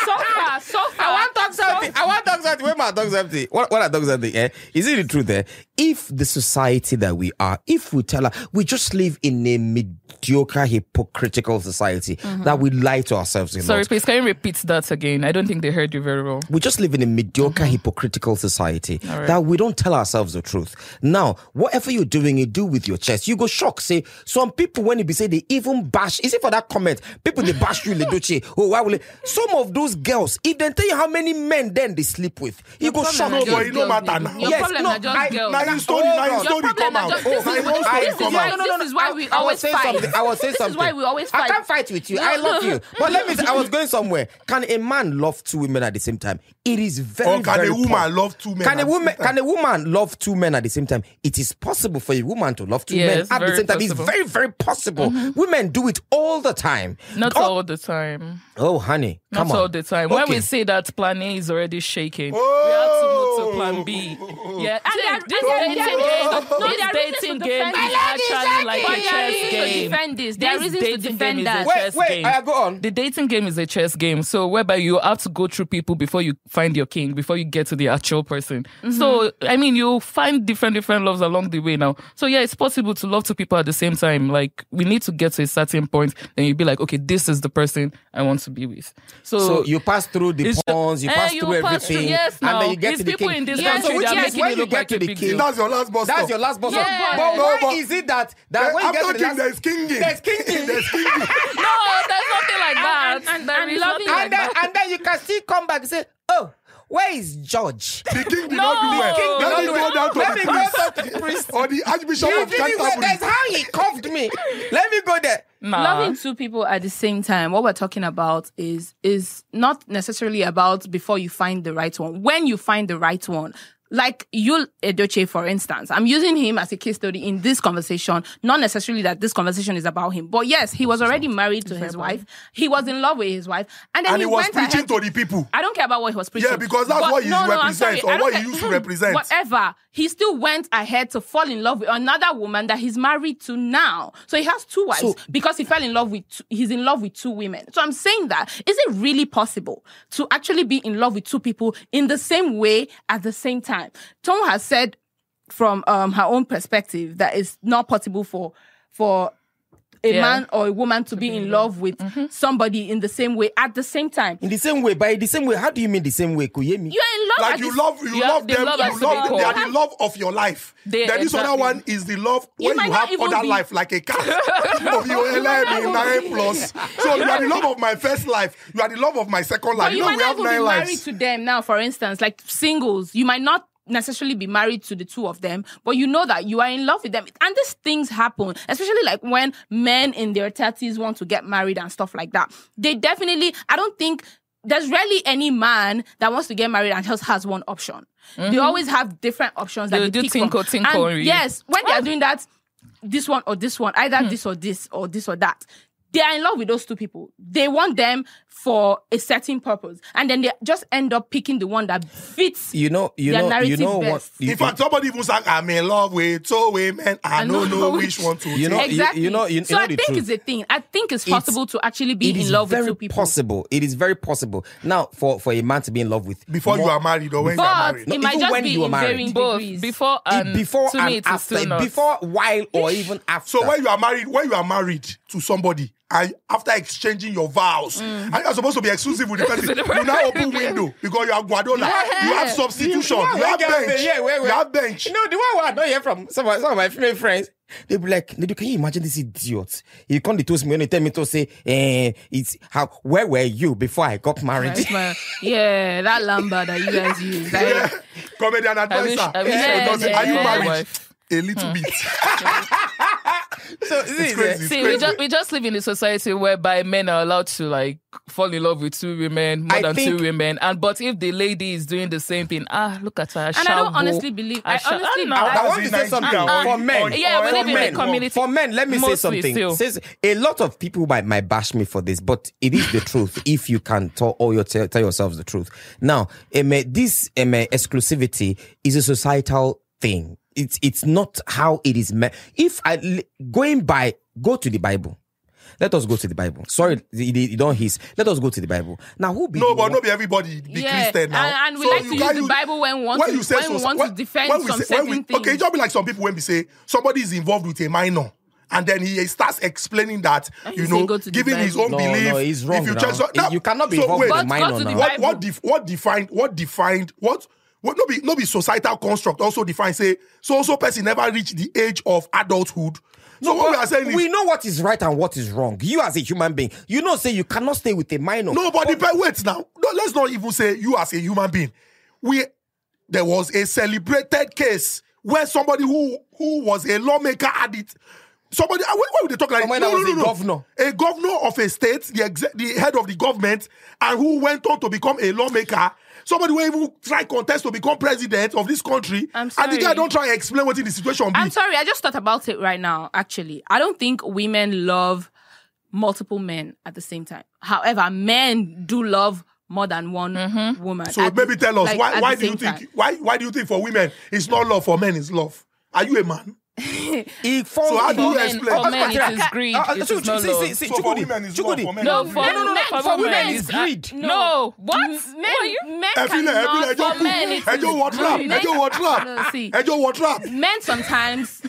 S4: So far, so far.
S1: I want dogs empty. I want dogs empty. Where my dogs empty? What, what are dogs empty? Eh? Is it the truth? Eh? If the society that we are, if we tell her, we just live in a mediocre, hypocritical society
S2: Mm-hmm.
S1: that we lie to ourselves a
S4: Sorry,
S1: lot.
S4: please, can you repeat that again? I don't think they heard you very well.
S1: We just live in a mediocre, hypocritical society that we don't tell ourselves the truth. Now, whatever you're doing, you do with your chest. You go shock. Say, some people, when you be say, they even bash. Is it for that comment? People, they bash you, Leduce. Oh, why will it? Some of those girls, if they tell you how many men then they sleep with, you go shock.
S3: No,
S1: you.
S3: but it no matter now.
S2: Your
S1: Yes,
S2: problem
S1: no,
S2: are just
S1: I-
S2: girls.
S3: Now you story,
S1: Hold
S3: now you
S1: on.
S2: Your
S3: story
S2: problem
S3: come
S2: are
S3: out.
S2: just
S1: Oh,
S2: this
S1: I
S2: is
S1: know
S2: why-
S1: story
S2: this is
S1: come
S2: why-
S1: out.
S2: this is why we
S1: I will
S2: always
S1: say
S2: fight.
S1: something. I will say
S2: This
S1: something.
S2: is why we always fight.
S1: I can't fight with you. I
S2: No,
S1: love
S2: no.
S1: you. But let me. Say, I was going somewhere. Can a man love two women at the same time? It is very.
S3: Or can
S1: very
S3: a woman
S1: possible.
S3: love two
S1: Can
S3: men? at
S1: a
S3: the same
S1: woman
S3: time?
S1: can a woman love two men at the same time? It is possible for a woman to love two
S4: Yeah,
S1: men
S4: it's
S1: at the
S4: very
S1: same time.
S4: possible. Mm-hmm.
S1: It's very very possible. Women do it all the time.
S4: Not
S1: oh,
S4: all the time.
S1: Oh, honey,
S4: Not
S1: come on.
S4: all the time. When
S1: Okay.
S4: we say that plan A is already shaking,
S3: Oh!
S4: we have to move to plan B. Yeah,
S2: And there-
S4: this
S2: and
S4: dating
S2: there are
S4: game,
S2: reasons- no,
S4: this
S2: there are reasons to
S4: dating game is
S2: defend it.
S4: actually like
S2: But there are
S4: a chess
S2: reasons to
S4: game.
S2: defend this. There are
S4: This
S2: reasons to
S4: dating
S2: defend
S4: game is a
S2: that.
S4: chess
S1: Wait, wait.
S4: game.
S1: I go on.
S4: The dating game is a chess game, so whereby you have to go through people before you find your king, before you get to the actual person.
S2: Mm-hmm.
S4: So I mean, you find different different loves along the way now. So yeah, it's possible to love two people at the same time. Like we need to get to a certain point, then you'll be like, okay, this is the person I want to be with. So,
S1: So you pass through the
S4: Oh. It's-
S1: pawns, you
S4: Eh,
S1: pass
S4: you
S1: through
S4: pass
S1: everything,
S4: through- yes,
S1: and then
S4: now.
S1: you get
S4: These
S1: to the
S4: people
S1: king.
S4: in this
S1: yeah, so
S2: country,
S1: which
S2: they are
S1: is
S2: making
S1: when
S2: it
S1: you
S4: look
S1: get
S4: like
S1: to
S4: a
S1: the
S4: big
S1: king.
S4: deal.
S3: That's your last bus
S1: That's
S3: stop.
S1: your last bus
S4: Yeah.
S1: stop. But
S4: No,
S1: why
S3: but-
S1: is it that that
S3: Eh,
S1: when you get
S3: After
S1: to the
S3: king,
S1: last,
S3: there's kinging.
S1: there's kinging.
S3: There's kinging.
S4: no, Oh, there's nothing like that.
S2: and- and-
S4: There
S2: and
S4: is
S2: loving
S4: nothing
S2: like
S4: like
S1: and then
S4: that.
S1: and then you can still come back and say, oh, where is George?
S3: The king did
S4: No,
S3: not do
S4: the king
S3: well.
S4: did
S3: Let
S4: not do
S3: me go
S4: well.
S3: down to
S1: Let me
S3: the
S1: go
S3: priest.
S1: talk to the priest.
S3: Or the Archbishop
S1: You
S3: of
S1: did it well. That's
S3: Canterbury.
S1: how he cuffed me. Let me go there.
S4: Nah.
S2: Loving two people at the same time, what we're talking about is is not necessarily about before you find the right one. When you find the right one, like you Edoche, for instance, I'm using him as a case study in this conversation. Not necessarily that this conversation is about him, but yes, he was already married to his wife. He was in love with his wife, and then
S3: And
S2: he,
S3: he was
S2: went
S3: preaching
S2: ahead-
S3: to the people.
S2: I don't care about what he was preaching.
S3: Yeah, because that's what he
S2: I'm
S3: represents
S2: sorry.
S3: or
S2: I don't
S3: what he
S2: care.
S3: used to represent.
S2: Whatever. He still went ahead to fall in love with another woman that he's married to now. So he has two wives
S1: So-
S2: because he fell in love with two, he's in love with two women. So I'm saying that is it really possible to actually be in love with two people in the same way at the same time? Tom has said from um, her own perspective that it's not possible for for a
S4: Yeah.
S2: man or a woman to, be, in love Mm-hmm. with somebody in the same way at the same time.
S1: In the same way, by the same way, how do you mean the same way, Kuyemi?
S2: You're in love.
S3: Like
S2: at
S3: you
S2: the-
S3: love, you
S4: Yeah,
S3: love
S4: they
S3: them.
S4: love
S3: You
S4: us
S3: love
S4: to
S3: them. They
S4: be
S3: are the
S2: cool.
S3: love of your life.
S4: They-
S3: Then this other
S4: exactly.
S3: one is the love
S2: You
S3: when
S2: might
S3: you
S2: not
S3: have
S2: even
S3: other
S2: be-
S3: life, like a Oh, car. of your LM nine plus. So you are the love of my first life. You are the love of my second life.
S2: But you
S3: know,
S2: might
S3: we
S2: not
S3: have
S2: even be
S3: nine
S2: married
S3: lives.
S2: to them now, for instance, like singles. You might not necessarily be married to the two of them, but you know that you are in love with them. And these things happen, especially like when men in their 30s want to get married and stuff like that. They definitely, I don't think. There's rarely any man that wants to get married and just has one option. They always have different options that
S4: They'll
S2: they
S4: do
S2: pick from.
S4: tinko, tinko
S2: And
S4: on you.
S2: yes, when they are doing that, this one or this one, either this or this or this or that. They are in love with those two people. They want them for a certain purpose, and then they just end up picking the one that fits.
S1: You know, you
S2: Their
S1: know, you
S2: narrative
S1: know what?
S2: best.
S1: You,
S3: In fact, somebody even sang, I'm in love with two women. I, don't know which one to
S1: You know,
S3: take.
S1: you-
S2: exactly.
S1: you know- you- you
S2: so
S1: know
S2: I
S1: the
S2: think
S1: truth.
S2: it's a thing. I think it's
S1: It's-
S2: possible to actually be
S1: it
S2: in
S1: is
S2: love with
S1: very
S2: two people.
S1: possible. It is very possible. Now, for for a man to be in love with
S3: Before you
S1: more-
S3: are married or when you are
S2: But
S3: married.
S1: No,
S2: it might
S1: even
S2: just
S1: when
S2: be
S1: you are
S2: in
S1: married.
S2: varying
S4: both
S2: degrees.
S4: before and
S2: um,
S1: before
S4: to me
S1: and
S4: it's
S1: after,
S4: still not.
S1: before, while, or even after.
S3: So when you are married, when you are married, to somebody, and after exchanging your vows,
S1: Mm.
S3: and you're supposed to be exclusive with the person,
S4: the
S3: you now open
S4: person.
S3: window because you have Guardiola, you have substitution, you, have
S1: Yeah,
S3: bench,
S1: yeah, wait, wait.
S3: you have bench.
S1: You know, the one where I don't hear from some of, some of my female friends, they be like, Nedu, can you imagine this idiot? He come to toast me and he tell me to say, eh, it's how, where were you before I got married?
S2: That's my- yeah, that lamba that you guys use. Like,
S3: Yeah. Comedian
S4: I wish,
S3: advisor.
S4: I wish
S2: Yeah,
S4: I
S3: Does it-
S4: was
S2: yeah,
S3: Are you
S2: yeah.
S3: married?
S4: Wife.
S3: A
S1: Hmm.
S3: little bit.
S1: so, this is,
S3: crazy.
S1: eh,
S4: See, we just we just live in a society whereby men are allowed to like fall in love with two women, more
S1: I
S4: than
S1: think-
S4: two women, and but if the lady is doing the same thing, ah, look at her.
S2: and I don't honestly believe. I
S4: Asha-
S2: honestly.
S4: I Ah,
S1: I
S3: That's
S1: want to
S3: in
S1: say something
S3: Nigeria.
S1: for
S3: On-
S1: men.
S3: on-
S4: Yeah, we
S1: for
S4: live in a
S1: men.
S4: community.
S1: For men, let me say
S4: Mostly
S1: something.
S4: still.
S1: Since a lot of people might, might bash me for this, but it is the truth. If you can tell all your tell, tell yourselves the truth. Now, um, eh, this um, eh, exclusivity is a societal thing. It's it's not how it is meant. If I li- going by go to the Bible. Let us go to the Bible. Sorry, you- you you don't hiss. Let us go to the Bible. Now, who be
S3: No,
S1: the
S3: but
S1: one-
S3: not be everybody be
S2: Yeah,
S3: Christian now.
S2: and- and we
S3: So
S2: like to
S3: you
S2: use
S3: can't
S2: the Bible when we want to- when we
S3: soci-
S2: want to defend
S3: we
S2: some
S3: when
S2: certain
S3: we, Okay,
S2: things.
S3: just be like some people when we say somebody is involved with a minor. And then he starts explaining that,
S2: he
S3: you
S2: say
S3: know,
S2: go to the
S3: giving his
S2: Bible.
S3: own
S1: No,
S3: belief.
S1: no, he's wrong.
S3: If you
S1: now.
S3: change- so- now-
S1: you cannot be
S3: so
S1: involved
S3: wait,
S1: with
S2: But
S1: a minor
S2: go to the
S1: now.
S3: what
S2: Bible.
S3: what def, what defined what defined what what no be no be societal construct also define say so so person never reach the age of adulthood. So what we are saying is
S1: we know what is right and what is wrong. You as a human being, you know, say you cannot stay with a minor.
S3: no, but
S1: Oh.
S3: the pe- wait now. No, let's not even say you as a human being. We there was a celebrated case where somebody who who was a lawmaker had it. Somebody, ah, why, why would they talk like
S1: Somebody that was a governor.
S3: A governor of a state, the, exe- the head of the government, and who went on to become a lawmaker. Somebody who even try contest to become president of this country.
S2: I'm
S3: And the guy
S2: sorry.
S3: don't try and explain what in the situation be.
S2: I'm sorry, I just thought about it right now, actually. I don't think women love multiple men at the same time. However, men do love more than one
S4: Mm-hmm.
S2: woman.
S3: so
S2: at-
S3: maybe tell us
S2: like,
S3: why
S2: at
S3: why
S2: the
S3: do you
S2: same
S3: think
S2: time.
S3: why why do you think for women it's not love for men it's love? Are you a man?
S1: He falls
S3: So how do
S1: in-
S3: you
S4: men-
S3: explain?
S4: for men,
S1: Patriarchy.
S4: it is greed,
S1: Uh, uh,
S4: it
S1: so-
S4: is not
S1: see,
S4: love.
S1: see, see,
S3: So for
S1: Chukudi,
S3: women it's love,
S1: Chukudi.
S3: for men
S4: No,
S3: No,
S4: for,
S1: no, no, no,
S4: for,
S1: for
S4: women,
S1: women
S4: is
S1: it's greed.
S4: No, what?
S2: Men,
S4: what are you?
S2: men
S3: Efile, Efile,
S2: cannot,
S3: ẹjọ́
S2: for
S3: kú.
S2: men, it is
S3: Ẹjọ́ wọ trap,
S2: greed.
S3: ẹjọ́ wọ trap,
S2: No, see.
S3: ẹjọ́ wọ trap.
S2: Men sometimes,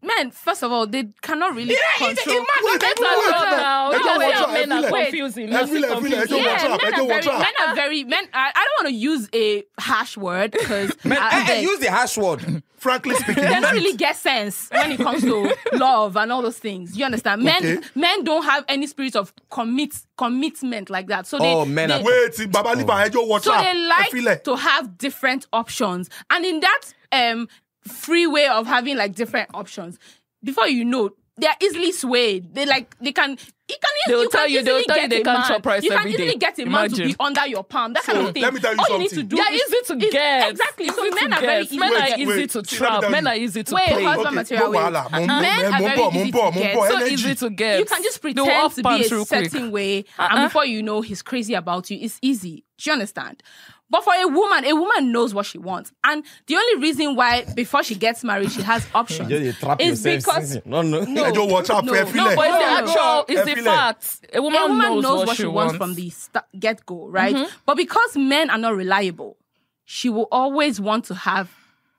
S2: men, first of all, they cannot really control.
S3: Wait,
S4: Let's
S3: everyone
S4: not
S3: wait
S4: go
S3: now.
S4: now.
S3: Ẹjọ́
S4: Don't
S3: wọ
S4: say
S3: trap,
S4: men are
S3: Efile.
S4: confusing. Let's
S3: Efile,
S4: be
S3: Efile,
S4: confusing.
S3: ẹjọ́ wọ
S2: yeah,
S3: trap,
S2: men
S3: ẹjọ́
S2: are
S3: wọ
S2: very,
S3: trap.
S2: men are very, men. I, I don't want to use a harsh word because
S1: Man, eh, eh, use the harsh word.
S3: Frankly speaking,
S2: they don't
S3: use
S2: really
S3: it.
S2: get sense when it comes to love and all those things. You understand? Men
S3: Okay.
S2: men don't have any spirit of commit commitment like that. So they
S1: Oh, men
S2: they-
S1: are-
S3: wait, Baba Liva, ẹjọ́ wọ
S2: so
S3: trap.
S2: they like
S3: Efile.
S2: to have different options. And in that um free way of having like different options, before you know, they are easily swayed. They like they can you can eas-
S4: They will
S2: you can
S4: tell you- they will
S2: easily
S4: tell you
S2: get
S4: they
S2: a
S4: can't
S2: man.
S4: shop price
S2: You can
S4: every
S2: easily
S4: day.
S2: get a man to
S4: Imagine.
S2: be under your palm. That kind
S3: So,
S2: of thing.
S3: let me tell you
S2: All you need to
S3: something.
S2: do
S4: They're
S2: is-
S4: easy to
S2: is-
S4: get.
S2: Exactly. So
S4: Easy to
S2: men are very
S4: get.
S2: easy
S4: Men
S2: to
S4: are
S2: get.
S3: Wait,
S4: easy to
S3: wait,
S4: trap.
S3: wait.
S4: Men are easy to
S2: Wait,
S4: play.
S2: husband
S3: Okay,
S2: material.
S3: no wahala. Mo
S2: ways.
S3: ń bọ̀,
S2: Men are
S3: mo ń bọ̀,
S2: very
S3: mo ń
S2: easy
S3: bọ̀,
S2: to
S3: mo ń
S2: get.
S3: bọ̀.
S2: So
S4: So
S3: energy.
S4: easy to get.
S2: You can just
S4: They will
S2: pretend
S4: off
S2: to be
S4: pants
S2: a
S4: real
S2: certain
S4: quick.
S2: way, uh-uh. and before you know, he's crazy about you. It's easy. Do you understand? But for a woman, a woman knows what she wants, and the only reason why before she gets married she has options
S1: You just trap
S2: is
S1: yourself,
S2: because
S1: Sisi. No, no.
S3: Ẹjọ́ wọ trap,
S2: no,
S4: No,
S3: Efile.
S4: but it's the
S2: No,
S4: actual, it's the
S3: Efile.
S4: fact. A woman,
S2: a woman
S4: knows,
S2: knows what she wants Mm-hmm. from the sta get go, right? But because men are not reliable, she will always want to have,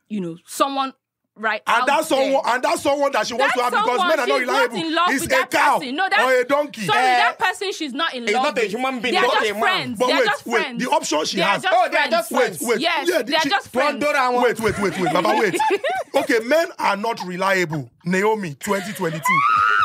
S2: you know, someone right. out
S3: And that's
S2: there.
S3: someone, and that's someone that she wants to
S2: That's
S3: have because
S2: someone
S3: men are not
S2: she's not
S3: reliable.
S2: in love
S3: It's
S2: with
S3: a
S2: that
S3: cow
S2: person. No, that's-
S3: or a donkey.
S2: Sorry,
S1: Eh,
S2: that person she's not in love.
S1: it's not a
S2: with.
S1: human being,
S2: They are
S1: not
S2: just
S1: a man.
S2: friends.
S3: But
S2: they are
S3: wait,
S2: just
S3: wait,
S2: friends.
S3: the option she
S2: They are
S3: has-
S2: just
S1: Oh, they are
S2: friends.
S1: just friends.
S3: Wait,
S2: Yes,
S3: yeah,
S2: they are
S3: she-
S2: just friends.
S1: Pandora one.
S3: Wait, wait, wait, wait, Baba, wait. Okay, men are not reliable. Naomi, 2022.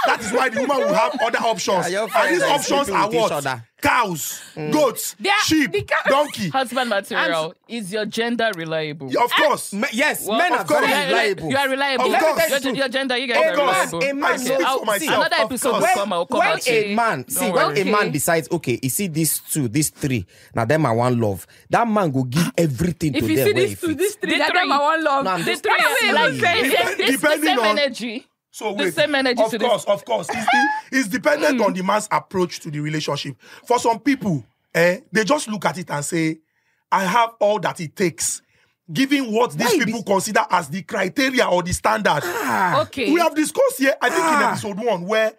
S3: That is why the woman will have other options.
S1: Are your
S3: And these
S1: friends are
S3: options
S1: sleeping
S3: are
S1: with each
S3: what?
S1: other? Mm.
S3: Cows, goats,
S2: They are-
S3: sheep,
S2: the cows-
S3: donkey.
S4: Husband material. Is your gender reliable?
S3: Of course.
S1: Me- Yes,
S4: Well,
S1: men
S4: of
S1: are
S3: course.
S1: very
S3: Yeah,
S4: You are-
S1: reliable.
S4: You are reliable.
S3: Of
S4: Your-
S3: course.
S4: Your, your gender, you
S1: A
S4: guys are
S1: man-
S4: reliable.
S1: a man
S3: I speak
S1: knows-
S3: for
S1: see,
S3: myself.
S4: another
S3: of
S4: episode will
S3: course.
S4: come out. Come
S1: when
S4: out
S1: a
S4: here.
S1: man
S4: Don't
S1: see
S4: worry.
S1: when a man decides okay you see these two these three now them i want love that man will give everything
S2: If
S1: to
S2: you
S1: them
S2: see
S1: where
S2: these
S1: he
S2: two,
S1: fits.
S2: these three,
S4: The
S2: that them
S4: three.
S2: I want love.
S1: No, I'm
S4: the
S1: just-
S4: three are
S2: Like,
S4: like
S2: they-
S4: it's,
S3: Depend-
S4: it's the
S3: depending
S4: same
S3: on-
S4: energy.
S3: So
S4: the
S3: wait,
S4: same energy
S3: Of
S4: to this.
S3: course, of course. It's, de- it's dependent on the man's approach to the relationship. For some people, eh, they just look at it and say, I have all that it takes. Given what these
S1: Why
S3: people
S1: this-
S3: consider as the criteria or the standard.
S1: Ah,
S2: okay.
S3: We have discussed here, I think in episode one, where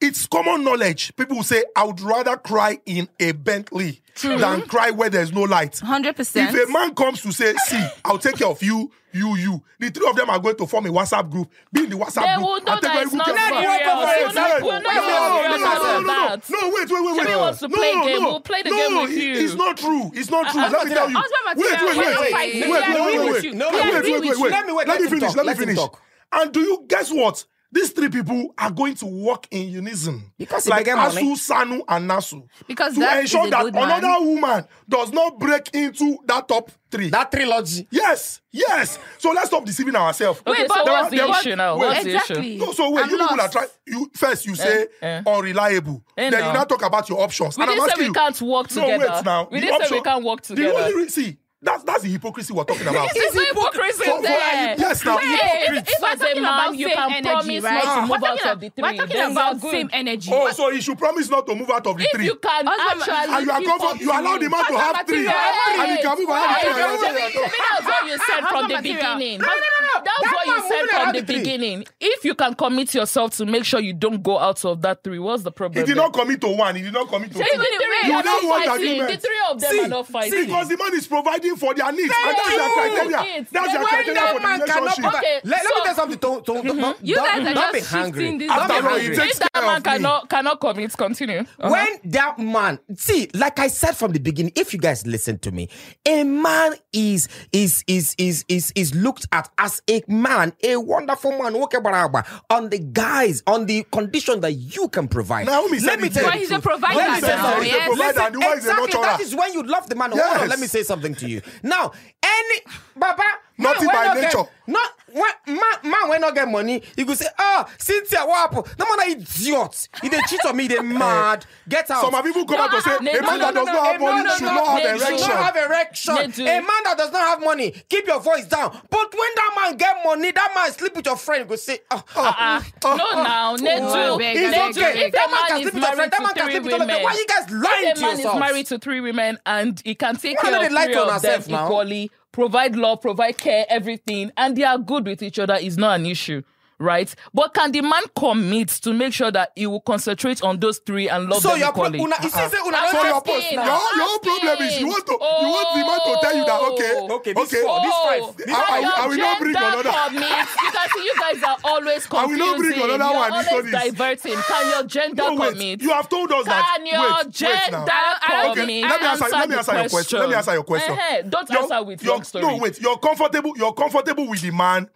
S3: it's common knowledge. People will say, I would rather cry in a Bentley than cry where there's no light.
S2: Hundred percent.
S3: If a man comes to say, see, I'll take care of you, you, you, the three of them are going to form a WhatsApp group. Be in the WhatsApp
S4: They
S3: group.
S4: will know
S3: and take
S4: that
S3: very
S4: it's
S3: good
S4: not
S3: care of
S4: serious.
S3: you.
S4: We're not- we're not
S3: No, no,
S4: serious
S3: no, no,
S4: about
S3: no,
S4: that.
S3: no, wait, wait, wait, wait.
S4: Jimmy wants to play
S3: no,
S4: game.
S3: No.
S4: We'll play the
S3: no,
S4: game with
S3: it-
S4: you.
S3: It's not true. It's not true. Let me
S4: Osman
S3: tell you.
S2: Mateo,
S3: Wait, wait,
S2: we're
S3: wait,
S2: not
S3: wait,
S2: fighting.
S3: wait,
S2: We are
S3: wait,
S2: agreeing
S3: wait,
S2: with
S3: wait.
S2: you.
S1: No,
S2: We are
S3: Wait,
S2: agreeing with
S3: wait, wait,
S2: you.
S3: wait.
S1: Let me wait,
S3: Let
S1: let
S3: me
S1: him
S3: finish.
S1: talk,
S3: Let me
S1: let him
S3: finish.
S1: talk.
S3: And do you guess what? These three people are going to work in unison,
S1: Because he
S3: like
S1: began
S3: Asu,
S1: money.
S3: Sanu, and Nasu,
S2: Because that
S3: to
S2: is
S3: ensure
S2: a
S3: that
S2: good man.
S3: another woman does not break into that top three.
S1: That trilogy.
S3: yes, yes. So let's stop deceiving ourselves.
S4: Okay,
S2: Wait,
S4: so
S2: but-
S4: what's
S3: there
S4: the
S3: are-
S4: issue now?
S3: wait.
S4: What's the issue?
S2: Exactly.
S3: No, so wait,
S2: I'm
S3: you people are
S2: lost.
S3: trying. You first, you say
S4: eh.
S3: unreliable.
S4: Eh,
S3: then
S4: no.
S3: you now talk about your options.
S4: We
S3: and I'm
S4: didn't say
S3: asking
S4: we
S3: you-
S4: can't work
S3: No,
S4: together.
S3: wait now.
S4: We
S3: The
S4: didn't say we
S3: option-
S4: can't work
S3: The
S4: together.
S3: only re- see, that's that's the hypocrisy we're talking about.
S4: This is hypocrisy
S3: for- for-
S4: there.
S3: yes, now
S2: Hey, if,
S3: hypocrites.
S2: if we're
S4: As a
S2: talking
S4: man,
S2: about
S4: you
S2: same
S4: can
S2: energy,
S4: promise
S2: right?
S4: not to
S2: We're
S4: move out
S2: talking,
S4: of the
S2: we're
S4: three.
S2: talking
S4: Then
S2: about
S4: you're good.
S2: same energy.
S3: Oh, so he should promise not to move out of the
S4: If
S3: three.
S4: you can
S2: Osman,
S4: actually,
S3: and you are
S4: keep up
S3: comfort, you
S4: to
S3: allow the man to
S2: Husband
S3: have three,
S2: material.
S3: and he can move around.
S4: Hey,
S3: the
S4: don't
S3: three.
S4: tell me- That's what you said
S2: Ah,
S4: from the
S2: husband material.
S4: beginning.
S2: No, no, no, no.
S1: That man
S4: That's what you
S1: wouldn't
S4: said
S1: have
S4: from the
S1: the three.
S4: beginning. If you can commit yourself to make sure you don't go out of that three, what's the problem?
S3: He did
S4: then?
S3: not commit to one. He did not commit to
S4: Even
S3: two.
S4: the three
S2: You
S4: are
S3: know what
S4: not
S3: that
S4: fighting.
S3: means.
S4: The three of them are not fighting.
S3: Because the man is providing for their needs, and that's their
S4: Very
S3: criteria.
S4: good.
S3: That's their
S4: When
S1: When
S3: criteria
S1: that
S3: for
S1: man
S3: the
S1: cannot
S3: relationship. Mm-hmm.
S1: provide-
S4: Okay,
S1: let, let
S4: so-
S1: me tell something. Don't, don't, don't,
S2: You
S1: don't,
S2: guys are
S1: don't
S2: just
S1: be
S2: shifting
S1: hungry.
S2: this-
S1: Don't be
S3: After all,
S1: hungry.
S3: it
S4: if
S3: takes
S4: that
S3: care
S4: man
S3: of me.
S4: cannot cannot commit, continue. Uh-huh.
S1: When that man, see, like I said from the beginning, if you guys listen to me, a man is is is is is is looked at as a man, a wonderful man, okay, baraba, on the guys, on the condition that you can provide.
S3: Naomi said
S1: let me
S3: it
S1: tell
S3: here.
S2: Well, he's a
S1: you,
S2: provider
S1: Let me tell you
S3: now,
S1: something.
S3: he's a
S1: Yes.
S3: provider, and the wife is a
S1: exactly,
S3: nurturer.
S1: that is when you love the man. Hold on,
S3: Yes.
S1: let me say something to you. Now, any Baba, man
S3: Nothing
S1: wey
S3: by
S1: no
S3: nature.
S1: Get, not when man, man when not get money, he go say, ah, Cynthia, what happened? No man, idiot. He they cheat on me, they mad. Get out.
S3: Some have even come out to say,
S4: uh,
S3: a
S4: no,
S3: man
S4: no,
S3: that
S4: no,
S3: does not have
S1: no,
S3: money
S1: no,
S3: should
S1: no,
S3: not
S1: they
S3: have
S1: should
S3: erection.
S1: not have erection.
S4: Nedu.
S1: A man that does not have money, keep your voice down. But when that man get money, that man sleep with your friend, you go say, ah, ah,
S4: Ah, no, now, Nedu,
S2: beg,
S1: it's
S2: beg,
S4: Nedu,
S1: okay.
S4: if
S1: that man
S4: a
S1: can
S4: man
S1: sleep
S4: is
S1: with your friend.
S4: married
S1: That man
S4: to
S1: can
S4: three
S1: sleep with other.
S4: women,
S1: Why you guys lying
S4: if
S1: to
S4: a man is
S1: yourselves?
S4: married to three women and he can take
S1: Why
S4: care
S1: don't
S4: of
S1: they lie
S4: three
S1: to
S4: of them
S1: ourselves now?
S4: equally, provide love, provide care, everything, and they are good with each other is not an issue. Right, but can the man commit to make sure that he will concentrate on those three and love
S1: So
S4: them
S1: your pro-
S4: equally?
S1: una, you see, say una
S4: Ah, I'm
S1: don't
S3: So your
S1: just-
S3: post,
S4: asking,
S3: your,
S4: I'm
S3: your
S4: asking.
S3: problem is you want to you want the man to tell you that okay
S1: Okay, this
S3: Oh,
S1: four, this five, this
S3: I- I
S1: five.
S3: will- I will not bring
S4: Your
S3: another.
S4: Oh, gender commit. You can see you guys are always
S3: I will
S4: confusing.
S3: not bring another
S4: You're
S3: one. This
S4: always
S3: one is-
S4: diverting. Can your gender
S3: No, wait.
S4: commit?
S3: You have told us that.
S4: Can your
S3: Wait, wait
S4: gender
S3: now.
S2: I don't
S4: commit?
S2: think-
S3: Okay, let me answer, let me
S4: the
S3: answer your question. Let me answer your question.
S4: Eh-heh, Don't
S3: You're-
S4: answer with
S3: you're-
S4: long story.
S3: No, wait. You're comfortable. You're comfortable with the man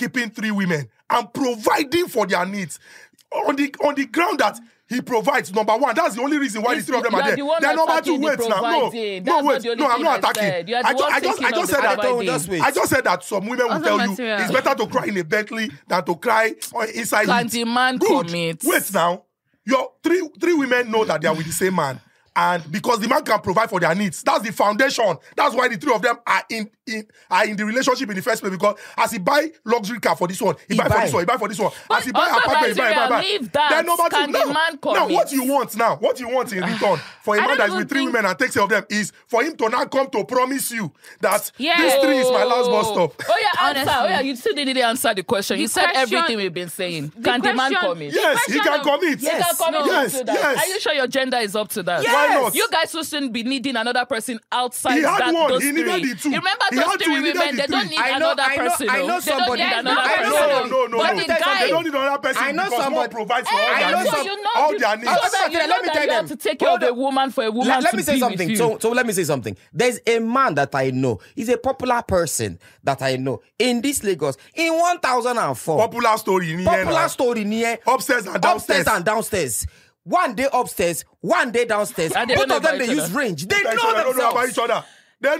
S3: keeping three women and providing for their needs on the on the ground that he provides. Number one, that's the only reason why
S4: It's-
S3: the three of them
S4: you
S3: are
S4: are
S3: there.
S4: the one
S3: then number two,
S4: attacking the
S3: wait now. No,
S4: providing.
S3: no,
S4: That's not
S3: wait.
S4: the only
S3: no, I'm
S4: thing
S3: not
S4: I said.
S3: attacking.
S4: You are the
S3: I, ju-
S4: one
S3: I just I
S4: thinking
S3: just
S4: of
S3: said
S4: the
S3: that.
S1: providing. Don't, just wait.
S3: I just said that some women will
S2: Other
S3: tell
S2: material.
S3: you it's better to cry in a Bentley than to cry on- inside.
S4: Can
S3: it.
S4: the man
S3: Good.
S4: commit?
S3: Wait now. Your three three women know that they are with the same man. And because the man can provide for their needs, that's the foundation. That's why the three of them are in, in are in the relationship in the first place. Because as he buy luxury car for this one, he,
S1: He
S3: buy, for
S1: buy.
S3: this one, he buy for this one. as he buy
S4: also
S3: apartment, he buy, he buy, he buy.
S4: Nigeria, leave that.
S3: Then number
S4: Can
S3: two,
S4: the
S3: now,
S4: man
S3: now
S4: commit?
S3: what you want now? What you want in return for a
S2: I
S3: man
S2: don't
S3: that is with
S2: even
S3: three
S2: think-
S3: women and takes care of them is for him to now come to promise you that
S2: Yeah.
S3: this three is my last bus stop.
S4: Oh yeah, answer.
S2: Honestly.
S4: Oh yeah, you still didn't answer the question. you
S2: The
S4: said
S2: question-
S4: everything we've been saying.
S2: The
S4: Can the man
S2: question-
S4: commit?
S2: Yeah.
S3: Yes, he
S2: question
S3: can
S2: of-
S3: commit.
S4: You
S1: Yes.
S4: can commit
S3: Yes,
S4: to that.
S3: yes.
S4: Are you sure your gender is up to that?
S3: Why
S1: Yes.
S3: not?
S4: You guys who shouldn't be needing another person outside.
S3: He had
S4: that,
S3: one.
S4: Those
S3: He needed
S4: three.
S3: the two.
S4: Remember
S3: He
S4: those
S3: had two.
S4: three
S3: He needed
S4: women.
S3: the
S4: They don't
S3: three.
S4: need
S1: I know-
S4: another
S1: I know-
S4: person.
S1: I
S4: oh.
S1: know
S4: They don't
S1: somebody
S4: need
S2: that-
S4: another
S2: I know
S4: person.
S2: somebody-
S3: No, no,
S4: But
S3: no,
S1: no.
S4: the
S1: They don't
S4: guy-
S3: They don't need another person
S1: I know
S3: because one
S1: somebody- Eh,
S3: provides for
S4: Hey,
S3: all
S1: I know
S4: so
S3: their
S1: some-
S3: needs.
S4: you know
S3: all
S4: the-
S3: their
S4: so
S3: needs.
S1: I'll
S4: that
S1: start
S4: you
S1: there.
S4: know
S1: Let me
S4: that
S1: tell
S4: you have
S1: them.
S4: to take care of
S1: Hold
S4: a
S1: on.
S4: woman for a woman
S1: let, let
S4: to
S1: me
S4: be
S1: say
S4: with
S1: something.
S4: you.
S1: So, so let me say something. There's a man that I know. He's a popular person that I know in this Lagos in 1004.
S3: Popular story in here
S1: popular
S3: now.
S1: story near
S3: Upstairs and downstairs.
S1: Upstairs and downstairs. One day upstairs, one day downstairs.
S4: And they
S1: Both
S4: don't
S1: of them
S4: know
S1: they
S4: about each
S1: use
S4: other.
S1: range. They
S3: They
S1: know
S3: don't know about each
S1: themselves.
S3: other. They know.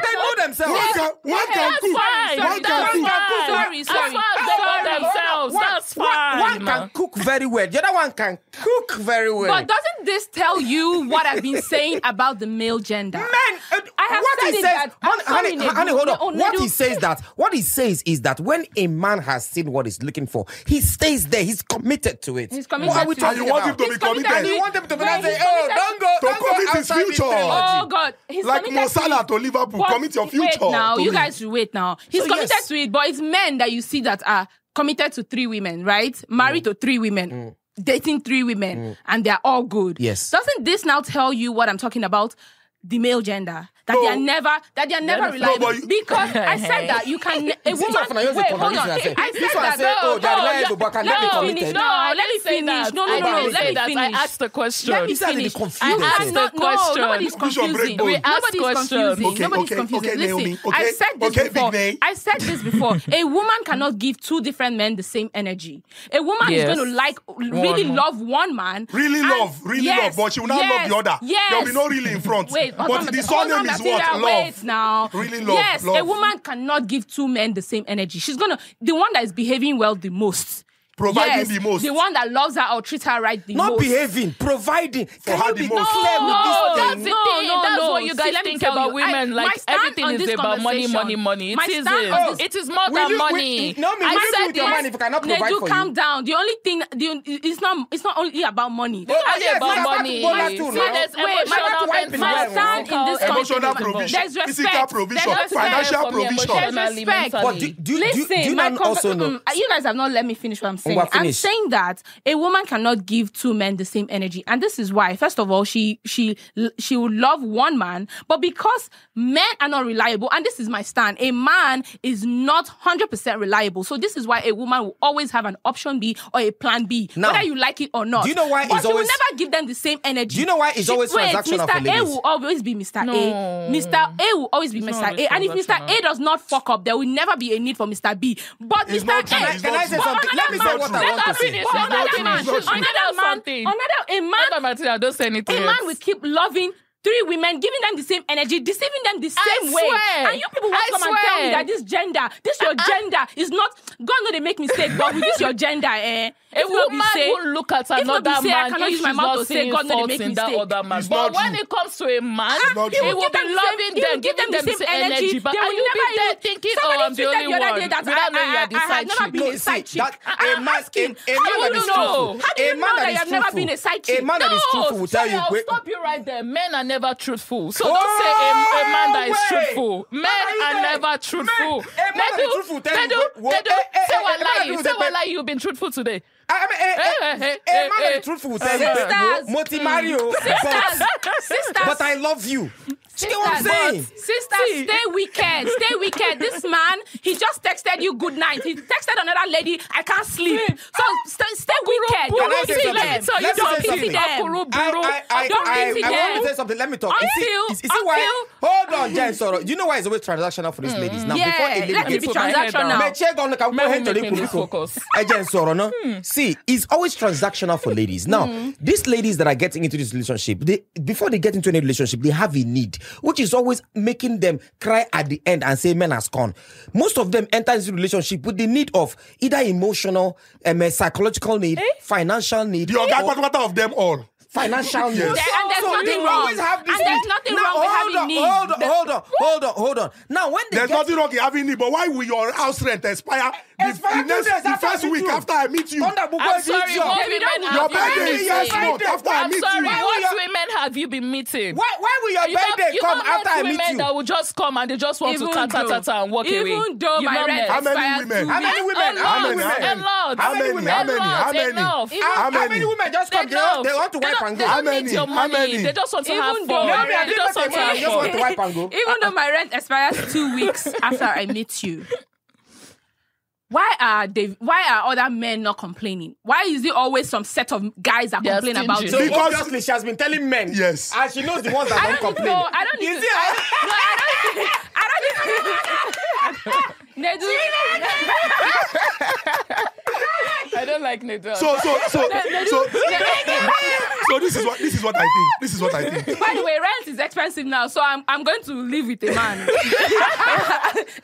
S1: They know themselves.
S3: One can, one can
S4: That's
S3: cook.
S4: fine. That's
S3: One can cook.
S4: fine.
S2: Sorry, sorry.
S4: As far as they know
S2: Sorry.
S4: themselves, that's
S1: one,
S4: fine.
S1: One can cook very well. The other one can cook very well.
S2: But doesn't this tell you what I've been saying about the male gender?
S1: Men, uh,
S2: I have
S1: what
S2: said
S1: he says,
S2: it that- I'm
S1: honey,
S2: sorry,
S1: honey,
S2: Nedu.
S1: honey, hold on.
S2: Oh, Nedu.
S1: what he says that, what he says is that when a man has seen what he's looking for, he stays there. He's committed to it.
S2: He's committed
S1: What are we
S2: to it.
S1: talking
S3: And you want him
S1: about?
S3: to be
S2: He's committed
S1: And you
S3: committed.
S1: want them to be
S2: Right,
S1: like,
S2: he's
S1: oh,
S2: committed
S1: don't go,
S3: to
S1: don't
S3: commit
S1: go
S3: his
S1: outside this
S3: future.
S1: trilogy.
S2: Oh God, he's
S3: Like
S2: committed
S3: Mo Salah
S2: it.
S3: to Liverpool,
S2: But
S3: commit your future
S2: Wait now,
S3: to
S2: you
S3: it.
S2: guys should wait now. He's
S1: So,
S2: committed
S1: yes. Mm.
S2: to it, but it's men that you see that are committed to three women, right? Married to three women. dating three women and they're all good.
S1: Yes.
S2: Doesn't this now tell you what I'm talking about? The male gender. That
S3: No.
S2: they are never that they are never
S4: that's not-
S2: reliable.
S3: No, but you-
S2: because I said that you can a woman.
S1: one for now, yours is
S2: wait, hold on.
S1: contradiction,
S2: I
S1: I
S2: said
S1: say. This one
S2: that.
S1: say, oh,
S2: no,
S1: they are
S2: no,
S1: reliable, but can they be
S2: let me
S1: committed?
S2: finish.
S1: No,
S2: No,
S4: I
S2: let me
S4: didn't say
S2: finish.
S4: that.
S2: No,
S4: I
S2: no, no, no.
S4: didn't say
S2: Let me
S4: that.
S2: finish.
S4: I asked the question.
S2: Let me
S1: These are the
S2: finish.
S1: confusing
S2: I asked
S1: things.
S2: not, no,
S4: Question.
S2: nobody's
S3: Conclusion,
S2: confusing.
S3: break bones.
S2: Nobody's
S4: Ask
S2: confusing.
S4: question.
S3: Okay,
S2: nobody's
S3: okay,
S2: confusing.
S3: okay,
S2: Listen,
S3: Naomi.
S2: I
S3: Okay,
S2: said this
S3: okay, Big
S2: before.
S3: Nay.
S2: I said this before. a woman cannot give two different men the same energy. A woman
S4: Yes.
S2: is going to like, really
S4: One.
S2: love one man.
S3: Really
S2: and-
S3: love, really
S2: yes,
S3: love, but she will not
S2: yes,
S3: love the other.
S2: Yes.
S3: There will be no really in front.
S2: Wait,
S3: but
S2: husband
S3: the
S2: material-
S3: surname
S2: husband
S3: is what?
S2: material,
S3: Love.
S2: Wait now.
S3: Really love,
S2: Yes, a
S3: love.
S2: woman cannot give two men the same energy. She's gonna the one that is behaving well the most.
S3: Providing
S2: Yes,
S3: the most.
S2: The one that loves her or treats her right the
S1: Not
S2: most.
S1: behaving, providing. Can
S3: her
S1: you be
S3: the most.
S1: clear
S4: No,
S1: with this
S4: that's
S1: thing?
S4: the thing.
S2: no,
S4: that's
S2: no.
S4: what you
S2: See, let
S4: guys
S2: me
S4: think
S2: tell
S4: about
S2: you, I-
S4: women.
S2: my
S4: like
S2: stand on
S4: everything is
S2: this
S4: about money, money,
S2: conversation-
S4: money. It
S2: my
S4: isn't.
S2: stand on this-
S4: It is more
S1: Will
S4: than
S1: you- will-
S4: money.
S1: no, me, will you do
S4: I
S1: with
S4: said
S1: your
S4: yes.
S1: money if you cannot provide
S2: Neju,
S1: for
S2: calm
S1: you?
S2: down. The only thing, the, it's not, it's not only about money.
S4: It's
S1: Oh,
S4: only
S1: yes,
S4: about
S1: it's about
S4: money.
S1: Bola too,
S4: See,
S1: now.
S4: there's
S2: Wait, my
S4: emotional
S1: wife is
S4: and
S1: well,
S2: My stand in this
S4: physical-
S2: country,
S3: Emotional provision,
S2: there's respect,
S3: physical provision,
S2: there's respect,
S3: financial
S2: there's
S3: provision.
S2: respect.
S4: But
S1: But do, do, do, do,
S2: Listen,
S1: you
S2: my
S1: not
S2: conver-
S1: also know?
S2: Mm, you guys have not let me finish what I'm saying.
S1: Ngwa,
S2: I'm
S1: finish.
S2: saying that a woman cannot give two men the same energy, and this is why. First of all, she she she would love one man, but because men are not reliable, and this is my stand, a man is not hundred percent reliable. So this is why a woman will always have an option B or a plan B,
S1: Now,
S2: whether you like it or not.
S1: do you know why
S2: But
S1: it's
S2: she
S1: always-
S2: will never give them the same energy.
S1: Do you know why it's
S2: She-
S1: always
S2: wait,
S1: transactional for
S2: Mr. A
S1: ladies?
S2: will always be Mr. A.
S4: No.
S2: Mr. A will always be Mr.
S4: not
S2: A, and if
S4: always
S2: Mr. A
S4: transactional.
S2: does not fuck up, there will never be a need for Mr. B. But
S3: It's
S2: Mr.
S3: not true.
S2: A,
S3: It's Can I- can I
S1: say
S2: but
S1: something?
S2: another
S1: Let me say
S2: man-
S1: what I want to
S2: us
S1: say.
S2: finish.
S1: It's
S2: But
S4: not
S2: another
S4: true.
S2: man,
S4: It's not true.
S2: another man,
S4: Something.
S2: another a
S4: Other
S2: man,
S4: material, don't say anything.
S2: a man will keep loving. Three women giving them the same energy, deceiving them the same way.
S4: swear.
S2: And you people want
S4: I
S2: to come and tell me
S4: swear.
S2: that this gender, this your gender is not. God know they make mistakes, but with this your gender, eh?
S4: A
S2: if not be
S4: woman
S2: say-
S4: will look at
S2: if not be
S4: another
S2: say, I
S4: man
S2: cannot
S4: if
S2: use
S4: she's
S2: my mouth to
S4: not
S2: say,
S4: seeing
S2: God, no, they
S4: faults
S2: make
S4: in that
S2: mistake.
S4: other man.
S3: It's
S4: But
S3: not
S4: when
S3: true.
S4: it comes to a man,
S2: Ah,
S3: not
S4: he
S3: true.
S4: will
S2: give
S4: be
S2: them the same-
S4: loving
S2: he will
S4: them,
S2: give them the
S4: giving them the same
S2: same energy.
S4: energy. But
S2: They
S4: are
S2: will
S4: you
S2: never
S4: be there
S2: even-
S4: thinking,
S2: Somebody
S4: oh, I'm the
S2: tweeted
S4: only
S2: the other day
S4: one?
S2: that
S4: Without
S2: I-
S4: knowing you
S2: I-
S4: are the
S2: I have
S4: side
S2: never
S4: chick.
S1: No,
S2: been a
S1: see,
S2: side chick.
S1: that- a
S2: I- I'm
S1: man- a-
S2: asking,
S1: a
S2: how
S1: man
S2: do
S1: that
S2: you
S1: is
S2: know?
S1: truthful-
S2: How do
S1: a
S2: you
S1: man that
S2: know
S1: is
S2: that you have never
S1: truthful-
S2: been a side
S1: a
S2: chick?
S1: man that is truthful will tell
S4: sorry,
S1: you,
S4: I'll
S1: wait-
S4: stop you right there. Men are never truthful. So don't say a, a man that is
S1: Wait.
S4: truthful. Men
S1: What are you
S4: are
S1: saying?
S4: never truthful.
S1: Men- a man that is truthful, tell you
S4: Medu,
S1: what- what- eh,
S4: Medu,
S1: eh,
S4: say
S1: eh, a
S4: what
S1: man
S4: lie
S1: that
S4: you,
S1: is
S4: say
S1: a
S4: what
S1: pe-
S4: lie you've been truthful today.
S1: I mean,
S4: Eh, eh,
S1: eh, eh,
S4: eh,
S1: a man that
S4: eh.
S1: is truthful will tell you,
S4: Sisters.
S1: "No, Moti Mario, but,
S2: sisters,
S1: but I love you. See what I'm
S2: Sisters,
S1: saying?
S2: Sister,
S4: See.
S2: stay wicked. Stay wicked. This man, he just texted you good night. He texted another lady, I can't sleep. So stay, stay wicked.
S1: Can I
S2: Don't
S1: say
S2: pity
S1: something?
S2: them.
S1: Let me say
S2: Don't pity
S1: something.
S2: them.
S4: Akuru-
S1: I, I, I,
S2: Don't
S1: I,
S2: pity
S1: I,
S2: them.
S1: want to say something. Let me talk. Is
S2: Until-
S1: it, is, is it why?
S2: until-
S1: Hold on, Jen. Sorry, you know why it's always transactional for these ladies. Now, before
S2: Yeah,
S1: they leave
S2: let
S1: the
S2: it be
S1: table,
S4: put my head down.
S2: transactional.
S4: now.
S1: Me check on the can go
S4: Men
S1: ahead to
S4: will
S1: the
S4: make me lose
S1: kuliko.
S4: focus.
S1: Again, sorry, no?
S2: Hmm.
S1: See, it's always transactional for ladies. Now, these ladies that are getting into this relationship, they before they get into any relationship, they have a need, which is always making them cry at the end and say men has gone. Most of them enter into relationship with the need of either emotional, um, eh, psychological need, financial need,
S3: The Oga
S1: or
S3: Kwata of them all.
S1: financial need.
S3: There-
S2: and there's
S1: so they
S2: nothing wrong.
S1: always have this
S2: And there's
S1: need.
S2: nothing
S1: now,
S2: wrong with
S1: hold
S2: having
S1: on,
S2: need.
S1: Hold on, hold on, hold on, hold on. Now, when they
S3: There's
S1: get
S3: nothing wrong in having it, but why will your house rent expire the,
S1: Expire
S3: the
S1: two
S3: next,
S1: days
S3: the
S1: after I
S3: first
S1: meet
S3: week
S1: you.
S3: after I meet you?
S1: Thunder Bukwe
S4: I'm
S1: beat
S4: sorry,
S1: you.
S4: what
S2: Baby,
S4: women
S2: don't-
S3: Your
S2: Friday,
S4: have you
S3: birthday
S4: been
S3: is
S1: yes,
S3: next
S4: meeting?
S1: Friday.
S3: month after I
S4: I'm
S3: meet
S4: sorry,
S3: you.
S4: what women have you been meeting?
S1: Why, why will your
S4: You
S1: birthday
S4: don't- you
S1: come
S4: don't
S1: after
S4: meet
S1: I meet
S4: women
S1: you?
S4: that will just come and they just want to
S2: Even
S4: ta ta
S2: though-
S4: ta ta and walk away.
S2: Even though
S4: You've
S2: my
S4: not
S2: rent
S4: met.
S3: How many
S2: expired
S3: women?
S2: two
S3: How
S1: many
S2: weeks-
S1: women?
S2: A
S1: How many?
S2: lot.
S4: A
S3: How many?
S4: lot.
S1: How many?
S4: A
S1: How
S3: many?
S4: lot.
S3: How many?
S4: Enough.
S2: Even-
S1: How,
S3: How
S1: how many
S3: many
S1: women just
S4: They
S1: come? They,
S4: know.
S1: want- they want to
S4: They
S1: wipe
S4: don't,
S1: and
S4: they
S1: go.
S3: How
S4: don't
S3: many?
S4: need your
S3: How
S4: money.
S3: many?
S4: They just want to
S2: Even
S4: have fun.
S2: though- No,
S1: I
S4: they
S1: didn't
S4: just
S1: say
S4: want
S1: money,
S4: to have
S1: I just want
S4: fun.
S1: to wipe and go.
S2: Even though my rent expires two weeks after I meet you. Why are they, why are other men not complaining? Why is it always some set of guys that
S4: They are
S2: complain about
S4: stingy.
S1: So
S2: it?
S3: Because-
S1: obviously she has been telling men.
S3: Yes.
S1: And she knows the ones that
S2: I
S1: don't
S2: don't need to
S1: complain.
S2: know. I don't need
S1: Is
S2: to.
S1: it-
S2: I, no, I don't need I
S4: I don't like Nadal.
S3: So so so so so this is what this is what I think. This is what I think.
S2: don't, by the way, rent is expensive now, so I'm, I'm going to live with a man.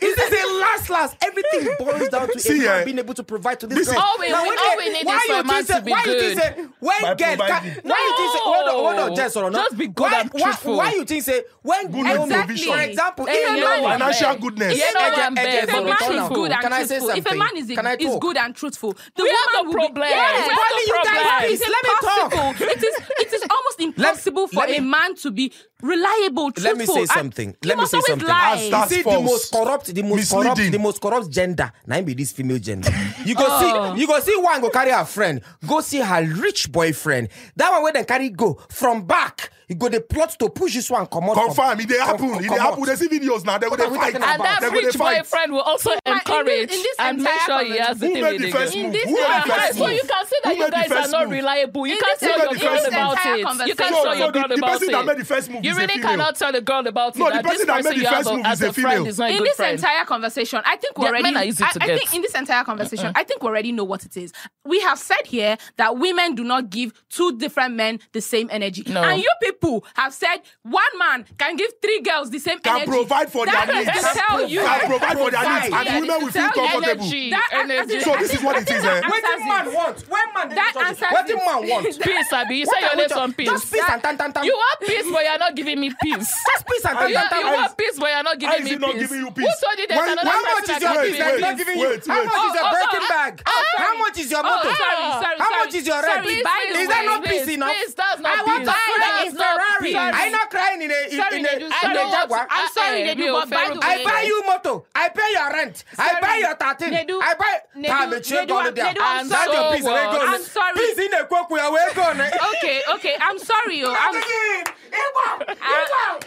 S1: Is this a last last? Everything boils down to
S3: See,
S1: a man
S3: eh,
S1: being able to provide to
S3: this
S1: this
S3: is-
S1: girl.
S4: All we-
S1: Now,
S4: we-
S1: when
S4: all
S1: they-
S4: we need
S1: why
S4: is for
S1: you
S4: a man
S1: think
S4: to
S1: say-
S4: be
S1: Why you think
S4: good.
S1: say when
S3: By
S1: girl
S3: providing.
S1: can, why you think say hold on hold on
S4: No.
S1: just hold on.
S4: Just be good
S1: why,
S4: and
S1: why,
S4: truthful.
S1: why you think say when
S3: Good
S1: Naomi-
S3: Exactly.
S1: for example
S4: Hey,
S1: if a
S4: you know
S1: man
S4: what?
S3: Financial goodness.
S4: You know
S1: Eje-
S4: what I'm
S1: Eje-
S4: bad,
S2: if a
S1: Eje-
S4: but
S2: man is
S1: Eje-
S2: good and
S1: Can I say
S2: truthful, if a
S1: something?
S2: man is,
S1: Can I
S2: is
S1: talk?
S2: good and truthful, the
S4: We
S2: woman
S4: have no
S2: will
S4: problem.
S2: Be, yes, we
S4: We have
S1: no
S2: have no
S1: problem.
S2: problem.
S1: Please, let me talk.
S2: It is, it is almost impossible for
S1: let me-
S2: a man to be reliable, truthful.
S1: Let me say
S2: and
S1: something.
S2: you
S1: Let me
S2: must
S1: say
S2: always
S1: something.
S2: lie.
S3: As that- That's
S1: see the
S3: false.
S1: most corrupt, the most corrupt,
S3: Misleading.
S1: the most corrupt gender. Now be this female gender. You go
S2: Oh.
S1: see, you go see one go carry her friend, go see her rich boyfriend. That one where they carry go from back. You go the plot to push this one come out.
S3: Confirm, it they happen. It they happen. They
S1: They
S3: see videos now. They go
S1: are
S3: they
S1: we
S3: fight.
S1: talking
S4: And that
S1: They
S3: They go they
S4: rich
S3: fight.
S4: boyfriend will also
S2: in this-
S4: encourage
S2: in this
S4: and make
S2: entire
S4: sure he has the
S3: Who
S4: thing
S3: made
S4: with
S3: the
S4: the
S3: first
S4: girl.
S2: In
S3: move?
S2: this
S3: Who made
S2: entire-
S3: the first
S4: So
S2: move?
S4: you can see that
S3: Who
S4: you
S3: made the
S4: guys are
S3: first
S4: not
S3: move?
S4: reliable. You
S2: In
S4: can't
S2: this
S4: tell your
S3: entire
S4: girl about
S2: conversation-
S4: it. You
S2: No,
S4: can't tell
S2: no,
S4: your
S2: the-
S4: girl
S3: the
S4: about
S3: person that made the
S4: it.
S3: first move
S4: You
S3: is a
S4: really
S3: female.
S4: cannot tell the girl about it.
S3: No, the
S4: that this
S3: person that made
S4: person
S3: the
S4: you have
S3: first move
S4: as
S3: is a
S4: a friend
S3: female.
S4: is not a
S2: in
S4: good
S2: this
S4: friend.
S2: entire conversation, I think we
S4: Yeah,
S2: already.
S4: men are easy
S2: I,
S4: to
S2: I
S4: get. Uh-uh.
S2: think in this entire conversation, I think we already know what it is. We have said here that women do not give two different men the same energy,
S4: No.
S2: and you people have said one man can give three girls the same
S3: Can
S2: energy.
S3: provide for
S2: that
S3: their
S2: is
S3: needs.
S2: To tell you,
S3: Can provide for their
S1: Provide.
S3: needs. And
S2: Yeah, to
S3: women will
S2: tell
S3: feel
S2: you
S3: comfortable.
S4: energy.
S2: That- I- I think-
S4: energy.
S3: So this is what
S2: I
S3: it
S2: think
S3: is,
S2: that
S3: eh?
S2: answers
S1: Waiting man
S2: it.
S1: wants. When man
S2: That
S1: that
S2: answers
S1: Waiting
S2: it.
S1: man wants.
S4: Peace, Abby. You say
S1: What
S4: your
S1: are we
S4: lips
S1: talk-
S4: on peace.
S1: Just peace and tan tan tan.
S4: You want peace, but you're not giving me peace.
S1: just peace and
S3: Are
S1: tan
S4: You,
S1: tan
S4: you
S1: tan.
S4: want peace, but you're not
S3: Why
S4: giving
S3: is
S4: me
S3: he
S4: peace.
S3: not giving you peace?
S4: Who told you there's
S3: Why-
S4: another
S1: How
S3: why
S4: person
S1: much is
S4: that
S1: your
S4: can
S1: peace?
S4: give you
S1: I'm
S3: wait,
S1: not
S4: peace?
S1: giving you.
S3: wait,
S1: How
S3: wait.
S1: much is your
S4: Oh, oh,
S1: breaking
S4: oh,
S1: bag?
S4: oh,
S1: How
S4: sorry.
S1: much is your
S2: Oh,
S1: motor?
S2: sorry,
S1: How
S2: sorry, sorry.
S1: much is your
S2: Sorry,
S1: rent?
S2: by the
S1: Is that
S2: way,
S1: not peace
S4: please,
S1: enough?
S4: please, that's not
S1: I want to
S4: peace.
S1: cry in
S4: That's not
S1: Ferrari.
S4: peace.
S1: I ain't not crying in a in,
S4: Sorry,
S1: in a,
S4: Nedu,
S1: in
S4: sorry.
S1: a Jaguar.
S2: I'm sorry,
S4: Eh,
S2: they
S4: me
S2: do,
S4: ò
S2: but by
S4: fẹ́ràn
S2: the
S1: I
S2: way,
S1: buy you motor. I pay your rent. I
S2: Sorry.
S1: buy your thirteen.
S2: Nedu,
S1: I buy.
S2: Nedu,
S1: Damn it, you
S2: Nedu,
S1: gone
S2: I'm-
S1: there.
S2: Nedu, I'm
S1: That's your
S4: so
S1: peace. we
S4: worried.
S1: gone.
S2: I'm sorry.
S1: Peace in the cook. We are way gone.
S2: Okay, okay, I'm sorry, oh, I'm
S1: Iwa,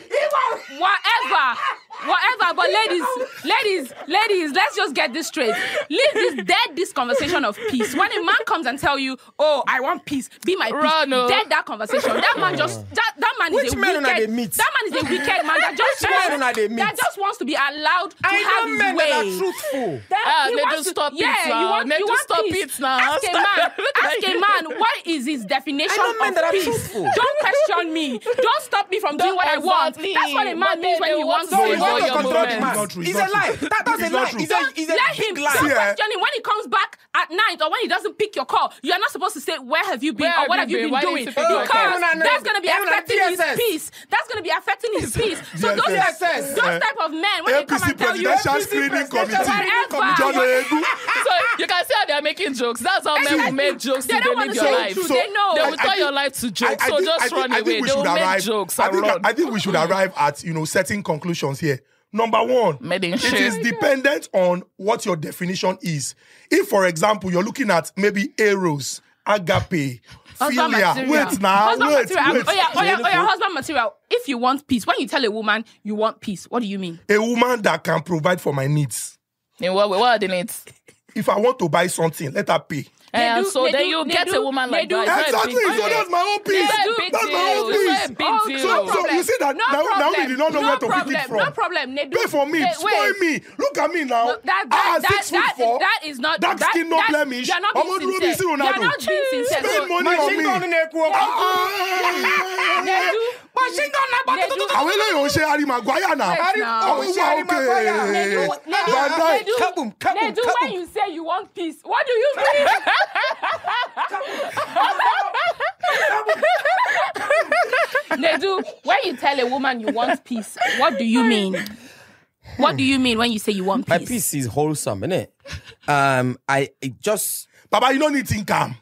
S2: whatever, whatever. But ladies, ladies, ladies, let's just get this straight. Leave this dead this conversation of peace. When a man comes and tell you, "Oh, I want peace, be my peace,"
S4: Run, oh.
S2: dead that conversation. That man just that, that man
S1: Which
S2: is a
S1: men una
S2: wicked.
S1: dey meet?
S2: That man is a wicked man that just
S1: Which men una
S2: wants,
S1: dey meet?
S2: that just wants to be allowed to
S1: I
S2: have
S1: know
S2: his
S1: men
S2: way.
S1: that are truthful.
S2: That
S4: Ah,
S2: he
S4: they
S2: wants
S4: do
S2: to-
S4: stop it
S2: yeah,
S4: now.
S2: You want,
S4: They
S2: you
S4: do
S2: want
S4: stop
S2: peace.
S4: it now.
S2: Ask a
S4: Stop.
S2: man.
S4: Look at
S2: ask a
S4: you.
S2: man. What is his definition
S1: I know men
S2: of
S1: that are
S2: peace?
S1: truthful.
S2: Don't question me. Don't stop me from doing what I want.
S4: Exactly.
S2: That's what a
S4: But
S2: man means
S4: they-
S2: when
S4: they
S2: he
S4: want
S2: wants
S4: to
S1: So you
S4: Boy,
S1: want
S4: boy,
S1: to
S4: your
S1: control the
S4: moment.
S1: man.
S3: It's not true, it's
S1: It's a
S3: not true.
S1: lie. That, that's
S3: It's
S1: a
S3: not
S1: lie.
S3: true.
S1: It's a, it's a
S2: Let
S1: big
S2: him
S1: lie.
S2: stop
S3: See, eh?
S2: questioning when he comes back at night or when he doesn't pick your call. You are not supposed to say where have you been
S4: Where
S2: or what have you been,
S4: Why didn't
S2: doing
S4: you
S2: because
S4: pick your
S1: call?
S2: that's going to be
S1: Even on
S2: affecting
S1: TSS.
S2: his peace. That's going to be affecting his peace. So those,
S3: TSS.
S2: those type of men when they come
S3: APC
S2: and tell you
S3: presidential
S1: APC
S3: screening
S1: presidential
S3: committee.
S2: screening committee.
S3: John Oyegun.
S4: So you can see how they are making jokes. That's how men
S2: Exactly.
S4: will make jokes
S2: They
S4: if they
S2: don't
S4: live
S2: want
S4: your
S2: to say
S4: life.
S2: the truth.
S4: So
S2: They know.
S4: they
S2: I-
S4: will turn your life to jokes. So just run away. They will make jokes
S3: I
S4: and
S3: think,
S4: run.
S3: I think we should arrive at you know certain conclusions here. Number one,
S4: Made in
S3: it
S4: shit.
S3: is dependent on what your definition is. If, for example, you're looking at maybe eros, agape,
S2: Husband
S3: philia.
S2: material.
S3: Wait now,
S2: husband
S3: wait,
S2: material.
S3: wait.
S2: Oh yeah, oh yeah, oh yeah, husband material. If you want peace, when you tell a woman you want peace, what do you mean?
S3: A woman that can provide for my needs.
S4: In what way? What are the needs?
S3: If I want to buy something, let her pay.
S4: Eh,
S2: do-
S4: so
S2: they
S4: then
S2: do-
S4: you
S2: they
S4: get
S2: do-
S4: a woman
S2: they
S4: like
S2: do-
S4: that. It's not a
S3: Exactly.
S4: big
S3: So
S4: deal.
S3: that's my own piece.
S4: It's not a big
S3: That's
S4: Oh,
S3: my own
S4: deal. It's
S3: piece.
S4: not a big deal.
S3: So- so you see that
S2: no
S3: Nao- Naomi
S2: problem.
S3: did not know
S2: no
S3: where to pick it
S2: problem,
S3: from.
S2: No problem. Nedu.
S3: Pay for me,
S2: Wait,
S3: spoil
S2: wait.
S3: me. Look at me now.
S2: No, that, that,
S3: ah,
S2: that,
S3: six
S2: that,
S3: foot four.
S2: that is not
S3: dark
S2: that,
S3: skin, no
S2: that,
S3: blemish.
S2: You're not
S3: Omodu
S2: being
S3: Robinson
S2: sincere.
S3: Ronaldo.
S2: You're not being sincere.
S3: Spend
S2: So,
S3: money on
S1: Machine
S3: me.
S1: gun in a cook.
S2: Nedu,
S1: Machine gun na
S2: They do-
S3: Àwọn eléyìí ò ń ṣe Harry Maguire náà.
S2: Harry-
S3: Ó
S2: Ó
S1: ṣe
S3: wà
S1: Harry Maguire.
S3: òkè.
S2: Nedu, Nedu,
S3: Van Dijk.
S2: Nedu,
S1: Kaboom, kaboom,
S2: Nedu,
S1: kaboom.
S2: when you say you want peace, what do you mean? Nedu, when you tell a woman you want peace, what do you mean? What do you mean when you say you want
S1: My
S2: peace?
S1: piece is wholesome, innit? Um, I it just
S3: Baba, you no need think am.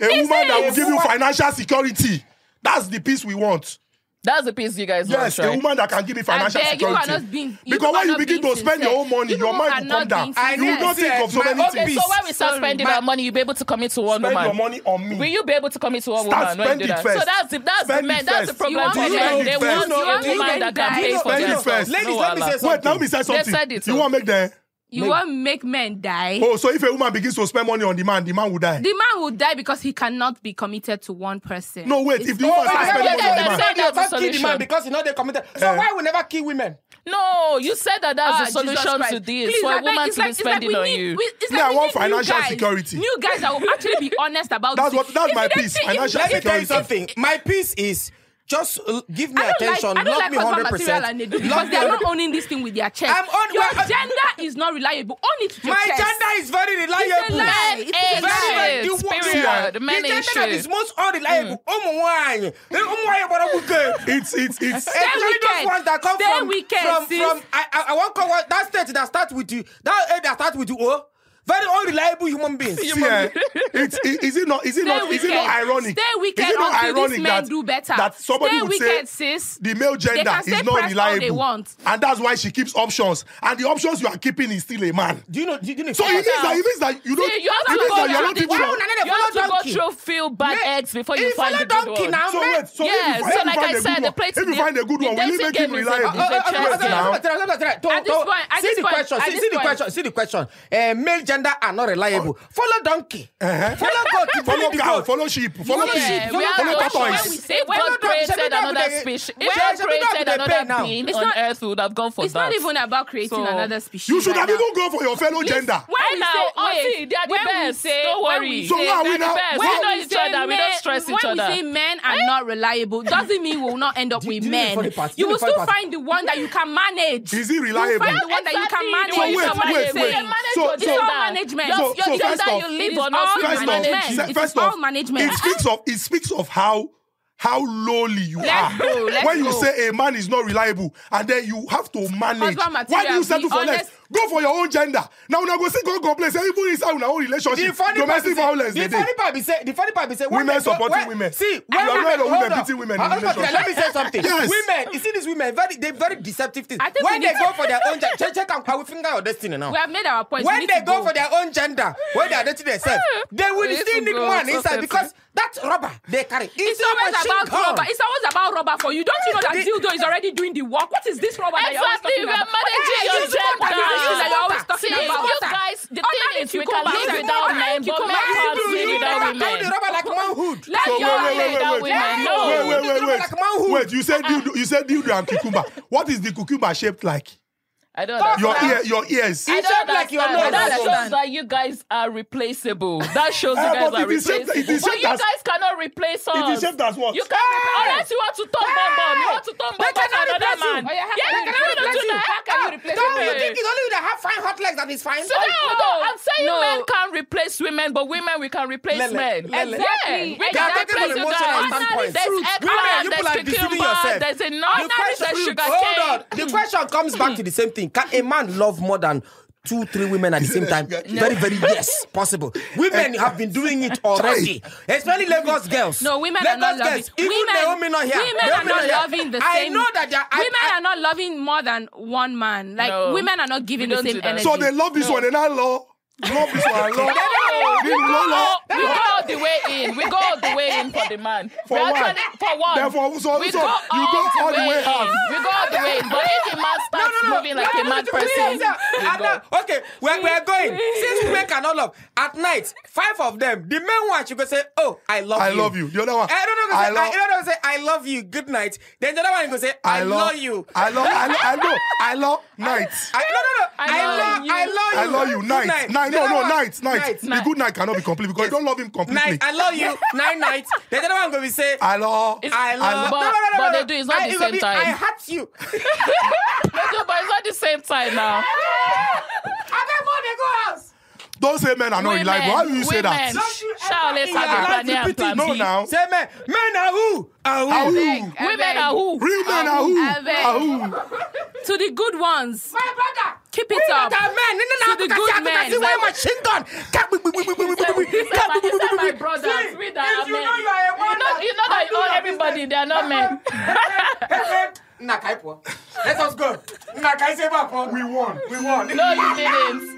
S3: A woman that will
S1: a
S3: give you
S1: woman-
S3: financial security. That's the peace we want.
S4: That's the piece you guys want,
S3: Yes, a
S4: right?
S3: woman that can give me
S2: I
S3: financial
S2: beg you are
S3: security.
S2: not being you people
S3: because when
S2: are
S3: you
S2: not
S3: begin
S2: being
S3: to spend your own
S2: sincere.
S3: money,
S2: You
S3: your
S2: people
S3: mind
S2: are
S3: will come
S2: not
S3: down.
S2: being
S1: I
S2: sincere.
S3: You will
S1: know,
S3: not
S1: see,
S3: think of so
S1: my
S3: many
S1: own
S4: Okay,
S3: things.
S4: so when we start
S1: Sorry,
S4: spending
S1: my-
S4: our money, you'll be able to commit to one
S3: Spend
S4: woman.
S3: your money on me.
S4: Will you be able to commit to one woman when you
S3: Start
S4: do
S3: spending
S4: that?
S3: first.
S4: So that's the that's
S3: Spending
S4: the men. That's the
S3: first.
S4: problem.
S2: You
S4: with
S2: want
S4: men.
S2: spending
S4: They
S3: first.
S4: want
S1: No,
S4: a
S1: do you
S4: woman that can
S2: guys-
S4: pay for
S3: Spending
S4: themselves.
S3: first.
S1: ladies.
S4: No,
S1: let me
S4: Allah.
S1: say something.
S3: Wait, now me say something.
S4: said it,
S3: You
S4: oh.
S3: want make them?
S2: You won't make men die.
S3: Oh, so if a woman begins to spend money on the man, the man will die.
S2: The man will die because he cannot be committed to one person.
S3: No, wait.
S2: It's-
S1: Oh,
S3: If the woman starts
S4: yeah,
S3: spending
S4: yeah,
S3: money on the
S4: yeah,
S3: man,
S4: yeah.
S1: you can't kill the
S4: solution.
S1: man because you know they committed. So
S3: Eh.
S1: why we never kill women?
S4: No, you said that that's
S2: Ah,
S4: the
S2: Jesus
S4: solution
S2: Christ.
S4: to this
S2: Please,
S4: for
S2: I
S4: a
S2: beg,
S4: woman
S2: it's
S4: to be
S2: like- it's like
S4: spending
S2: we
S4: on
S2: need-
S4: you.
S2: we- it's
S3: Me,
S2: like
S3: I
S2: we
S3: want
S2: need new
S3: financial
S2: guys-
S3: security.
S2: New guys that will actually be honest about
S3: That's
S2: this.
S3: what- that's
S2: If
S3: my
S2: you don't
S3: peace,
S2: think- if you
S3: financial
S1: Let me
S2: don't think-
S1: tell you
S3: security.
S1: something. My piece is just uh, give me
S2: I don't
S1: attention.
S2: like, I don't
S1: love
S2: like
S1: me
S2: husband
S1: hundred
S2: material
S1: percent.
S2: and they do because they are not owning this thing with their chest.
S1: I'm on-
S2: your
S1: well, I-
S2: gender is not reliable. Own it with your
S1: My
S2: chest.
S1: gender is very
S2: It's a
S1: reliable.
S2: lie.
S4: Men
S2: It's
S4: ain't
S1: very, very
S4: shit.
S1: the work-
S4: Period.
S1: the
S4: Men
S1: gender
S4: ain't
S1: that is
S4: shit.
S1: most unreliable. Omo wanyi. Eh, omo wanyi but omo good.
S3: it's it's it's.
S2: Stay
S1: Especially those
S2: wicked.
S1: ones that come
S2: Stay
S1: from,
S2: wicked,
S1: from,
S2: sis.
S1: from I, I, I want call what- that state that starts with you. That eh, that starts with you. Oh, Very unreliable human beings.
S3: See, eh, it's, it, is it not? Is it
S2: Stay
S3: not? Is it not
S2: wicked.
S3: ironic?
S2: Stay wicked
S3: is it not
S2: until
S3: ironic
S2: these men
S3: that,
S2: do better.
S3: that somebody
S2: Stay
S3: would
S2: wicked,
S3: say
S2: sis.
S3: the male
S2: They
S3: gender
S2: can
S3: is
S2: say
S3: not
S2: press all they
S3: reliable,
S2: want.
S3: and that's why she keeps options. And the options you are keeping is still a man.
S1: Do you know? Do you know?
S3: So it means
S2: Yeah.
S3: that it means that you don't.
S4: See, you have
S3: it
S4: to
S3: means
S4: go
S3: that you're
S4: down
S3: not
S4: the
S3: giving
S1: well now,
S3: up.
S1: then they
S4: You have
S1: follow
S4: to go
S1: donkey.
S4: through feel bad
S1: Yeah.
S4: eggs before
S1: If
S4: you
S1: you
S4: find
S1: follow
S4: the good
S1: donkey
S4: one.
S1: now,
S3: So
S1: man.
S3: wait, so
S4: Yeah,
S3: if, you-
S4: so
S3: if you
S4: like
S3: find
S4: I
S3: a
S4: said,
S3: good
S4: the
S3: one-
S4: plate-
S3: if you
S4: the-
S3: find a good
S4: the
S3: one, we
S4: dancing
S3: make him
S4: game is a
S3: reliable.
S4: DJ
S3: Uh, uh, uh,
S4: chess
S3: wait now.
S4: now.
S2: At this point- at
S1: See
S2: this
S1: the
S2: point-
S1: question.
S2: at
S1: See
S2: this
S1: see the
S2: point.
S1: question. See the question. Eh, Male gender are not reliable. Follow donkey.
S3: Uh-huh.
S1: Follow goat.
S3: Follow
S1: the
S3: cow,
S1: goat.
S3: follow sheep, follow
S1: Yeah,
S3: pig,
S4: Yeah,
S1: You
S4: we
S1: know,
S4: are
S1: follow
S4: also-
S1: tortoise.
S4: when we say
S1: Follow
S4: God
S1: dog,
S4: created
S1: Shebi dog
S4: another
S1: they-
S4: species,
S1: Shebi
S4: if God
S1: dog
S4: created
S1: they pay now.
S4: another being
S2: It's
S4: on
S2: not-
S4: earth, we would have gone for
S2: It's
S4: that.
S2: not even about creating
S4: So-
S2: another species.
S3: You should
S2: right
S3: have
S2: now.
S3: even gone for your fellow gender.
S4: Hey
S2: When
S4: now,
S2: we say,
S4: Auntie, they are the
S2: when we
S4: best.
S2: say-
S4: Don't
S2: when
S4: worry.
S2: we
S3: So
S2: say-
S3: who are we
S4: They're the
S3: now?
S4: best.
S3: Why-
S4: We
S2: when
S4: know
S2: we
S4: each
S2: say
S4: other. We
S2: men-
S4: don't stress each
S2: when we say
S4: other.
S2: men are not reliable, doesn't mean we will not end up
S1: Do-
S2: with
S1: do you know the
S2: men.
S1: funny part? Do you
S2: You
S1: know
S2: will
S1: the funny
S2: still
S1: part?
S2: find the one that you can manage.
S3: Is he
S2: You
S3: reliable?
S2: find the one that you can manage.
S4: Exactly.
S2: you
S3: Wait,
S2: can manage
S3: wait, wait.
S2: it.
S3: So-
S4: your
S2: It's
S3: so-
S4: gender.
S2: all management.
S3: So-
S4: Your,
S3: so
S4: your
S3: first
S4: gender
S3: off-
S4: you
S2: It
S4: live
S2: is
S4: on
S2: all
S4: us
S3: First off,
S2: management.
S3: she-
S2: It's
S3: first
S2: all
S3: off,
S2: management.
S3: it speaks of it speaks of how how lowly you
S2: Let's
S3: are.
S2: go, let's
S3: when you
S2: go.
S3: say a man is not reliable, and then you have to manage.
S2: Husband material,
S3: Why do you settle
S2: be
S3: for less?
S2: honest.
S3: Go for your own gender. Now, now go see, go complain. Say even inside our own
S1: The
S3: relationship,
S1: funny part
S3: domestic
S1: is that-
S3: violence.
S1: The
S3: they
S1: funny
S3: dey.
S1: part is that- the funny part is that when
S3: Women
S1: they go-
S3: supporting
S1: when-
S3: women.
S1: See,
S3: We are married or
S1: hold
S3: women
S1: on.
S3: beating women in
S1: Hold on,
S3: relationship.
S1: Let me say something.
S3: Yes.
S1: Women, you see these women, very they very deceptive things.
S2: I think
S1: When
S2: we
S1: they
S2: need
S1: go
S2: to-
S1: for their own gender, check check out how we finger your destiny now.
S2: We have made our point.
S1: when
S2: We need
S1: they
S2: to Ah,
S1: go, for their own gender, when they are dating themselves, they will
S4: We need
S1: still
S4: to
S1: need
S4: go,
S1: man
S4: so
S1: inside
S4: certain.
S1: because that rubber they carry is
S2: It's always about rubber. It's always about rubber for you. Don't you know that
S1: They-
S2: dildo is already doing the work? What is this rubber that you're always
S4: Exactly,
S2: talking
S4: we
S2: about?
S4: are managing
S2: Hey,
S4: your
S2: use water,
S4: gender.
S2: use dildo that you're always talking
S4: See,
S2: about.
S4: you guys, the
S2: Oh,
S4: thing
S2: now
S4: is,
S2: you
S4: we
S2: go
S4: can
S2: back.
S4: live
S2: Now you
S4: without
S2: go back.
S4: men,
S2: You
S4: but
S2: go
S4: men
S2: back.
S4: can't
S2: You
S4: live
S2: do
S4: without
S2: that.
S1: Hold the
S4: women.
S1: rubber like manhood.
S2: Let
S3: So wait,
S2: your
S3: wait, wait,
S2: hand
S3: wait,
S2: down
S3: wait,
S2: with
S3: wait,
S2: my
S1: No.
S2: nose.
S3: wait, wait, wait,
S1: Dildo
S3: wait.
S1: like manhood.
S3: Wait, you said
S1: ah.
S3: dildo, you said dildo and cucumber. What is the cucumber shaped like?
S4: I don't
S1: Fuck
S4: know.
S3: Your
S1: Well,
S3: ear, your ears.
S1: I-
S4: don't
S1: shaped like your nose.
S4: understand. That
S1: I don't
S4: shows
S1: understand.
S4: that you guys are replaceable. That shows you
S3: Eh,
S4: guys are
S3: but it is shaped-
S4: replaceable.
S3: it is
S4: But
S3: shaped
S4: you
S3: as-
S4: guys cannot replace us.
S3: It is shaped as what?
S4: You can't repl-
S1: Hey!
S4: unless you want to turn bomb bomb. You want to turn
S1: They
S4: bomb bomb
S1: cannot
S4: for
S1: replace you.
S2: Oh,
S4: another man.
S2: yeah, how
S4: yeah,
S2: can
S4: they
S2: you
S4: cannot
S2: replace
S4: do
S2: you?
S4: that. How can you replace
S1: Don't you
S4: women?
S1: think it's only you that have fine hot legs that is fine?
S4: So no, no,
S2: No.
S4: I'm saying
S2: No.
S4: men can't replace women, but women we can replace
S1: Lele,
S4: men.
S1: lele.
S2: Exactly.
S4: Yeah, we
S2: They
S1: are
S4: can
S1: taking
S4: replace
S1: an
S4: you
S1: emotional
S4: guys.
S1: standpoint.
S4: There's
S2: Fruit.
S1: Women, you
S4: eggplant,
S1: people are
S4: there's
S1: deceiving
S4: cucumber,
S1: yourself.
S4: there's a
S1: The
S4: nut,
S1: question, Mm,
S4: there's sugar
S1: hold
S4: cane.
S1: on.
S2: Mm.
S1: The question comes back to the same thing. Can a man love more than two, three women at the same time? Very, very yes, possible. Women have been doing it already, especially Lagos girls.
S2: No, women
S1: Lagos
S2: are not loving.
S1: girls, Even
S2: women,
S1: Naomi not here.
S2: women
S1: Naomi
S2: are not
S1: here.
S2: loving the
S1: I
S2: same.
S1: know that they are. I-
S2: women
S1: I-
S2: are not loving more than one man. Like
S4: No.
S2: women are not giving
S4: We
S2: the
S4: don't do
S2: same
S4: that.
S2: energy.
S3: So they love this one and I love. Love this one and love. They love- love.
S4: We go all the way in. We go all the way in for the man.
S3: For
S4: we
S3: what?
S4: Actually, for one.
S3: Then for- so-
S4: we
S3: so
S4: go
S3: you go all the way out.
S4: in. We go all the way in. But if a man starts moving like a mad person, we
S1: At
S4: go.
S1: night- uh, okay, we're, we're going. Since women cannot love, at night, five of them, the main one, she go say, Oh, I love
S3: I
S1: you. Eh,
S3: love you. The other one,
S1: I don't know.
S3: I
S1: I, I
S3: love-
S1: don't know. Say, I love you. Good night. Then the other one, go say, I, love, you.
S3: I love, I love, I know, I love nights.
S1: I, no, no, no. I,
S4: love
S1: love,
S4: you.
S1: I love you.
S3: I love you.
S1: Good
S3: Night. Night. No,
S1: Then
S3: no,
S1: one-
S3: night. Night. The
S4: Night.
S3: good night cannot be complete because you don't love him completely.
S1: Night. I love you. Night, night. Then the other one going to say,
S3: I love.
S4: It's-
S1: I love.
S4: But-
S1: no, no, no, no,
S4: but
S1: no.
S4: they do, it's not
S1: I,
S4: the
S1: gonna
S4: same
S1: be,
S4: time.
S1: I hurt you.
S4: No, but it's not the same time now.
S1: I got money, go house.
S3: Don't say men are not
S4: Women,
S3: reliable. Why do you say
S4: women.
S3: that?
S1: Don't you ever
S4: Shout
S1: in
S4: let's
S1: your life
S4: have a plan A and
S3: repeat it.
S4: plan
S3: No,
S4: B.
S3: now.
S1: Say, men, men are who? Are
S3: Are
S1: who?
S3: who?
S2: Beg,
S4: Women
S2: beg.
S4: are who?
S3: Real men are who? Are who?
S2: to the good ones.
S1: My brother.
S2: Keep
S1: We
S2: it
S1: not
S2: up.
S1: are men. No, no, no.
S2: To the
S1: I
S2: good
S1: can see- I can
S2: men.
S1: see why machine gun. Can't be- be- be- be- be- be- be- be-
S4: These are my-
S1: can't be- be- be-
S4: these are my
S1: be- be-
S4: brothers.
S1: See,
S4: We that
S1: if
S4: are
S1: you
S4: men.
S1: know you are a
S4: You know,
S1: man,
S4: you know that
S1: do
S4: all
S1: your
S4: everybody,
S1: business.
S4: they are not men.
S1: Let us go. Let us go.
S3: We won.
S1: We won.
S4: No, you didn't.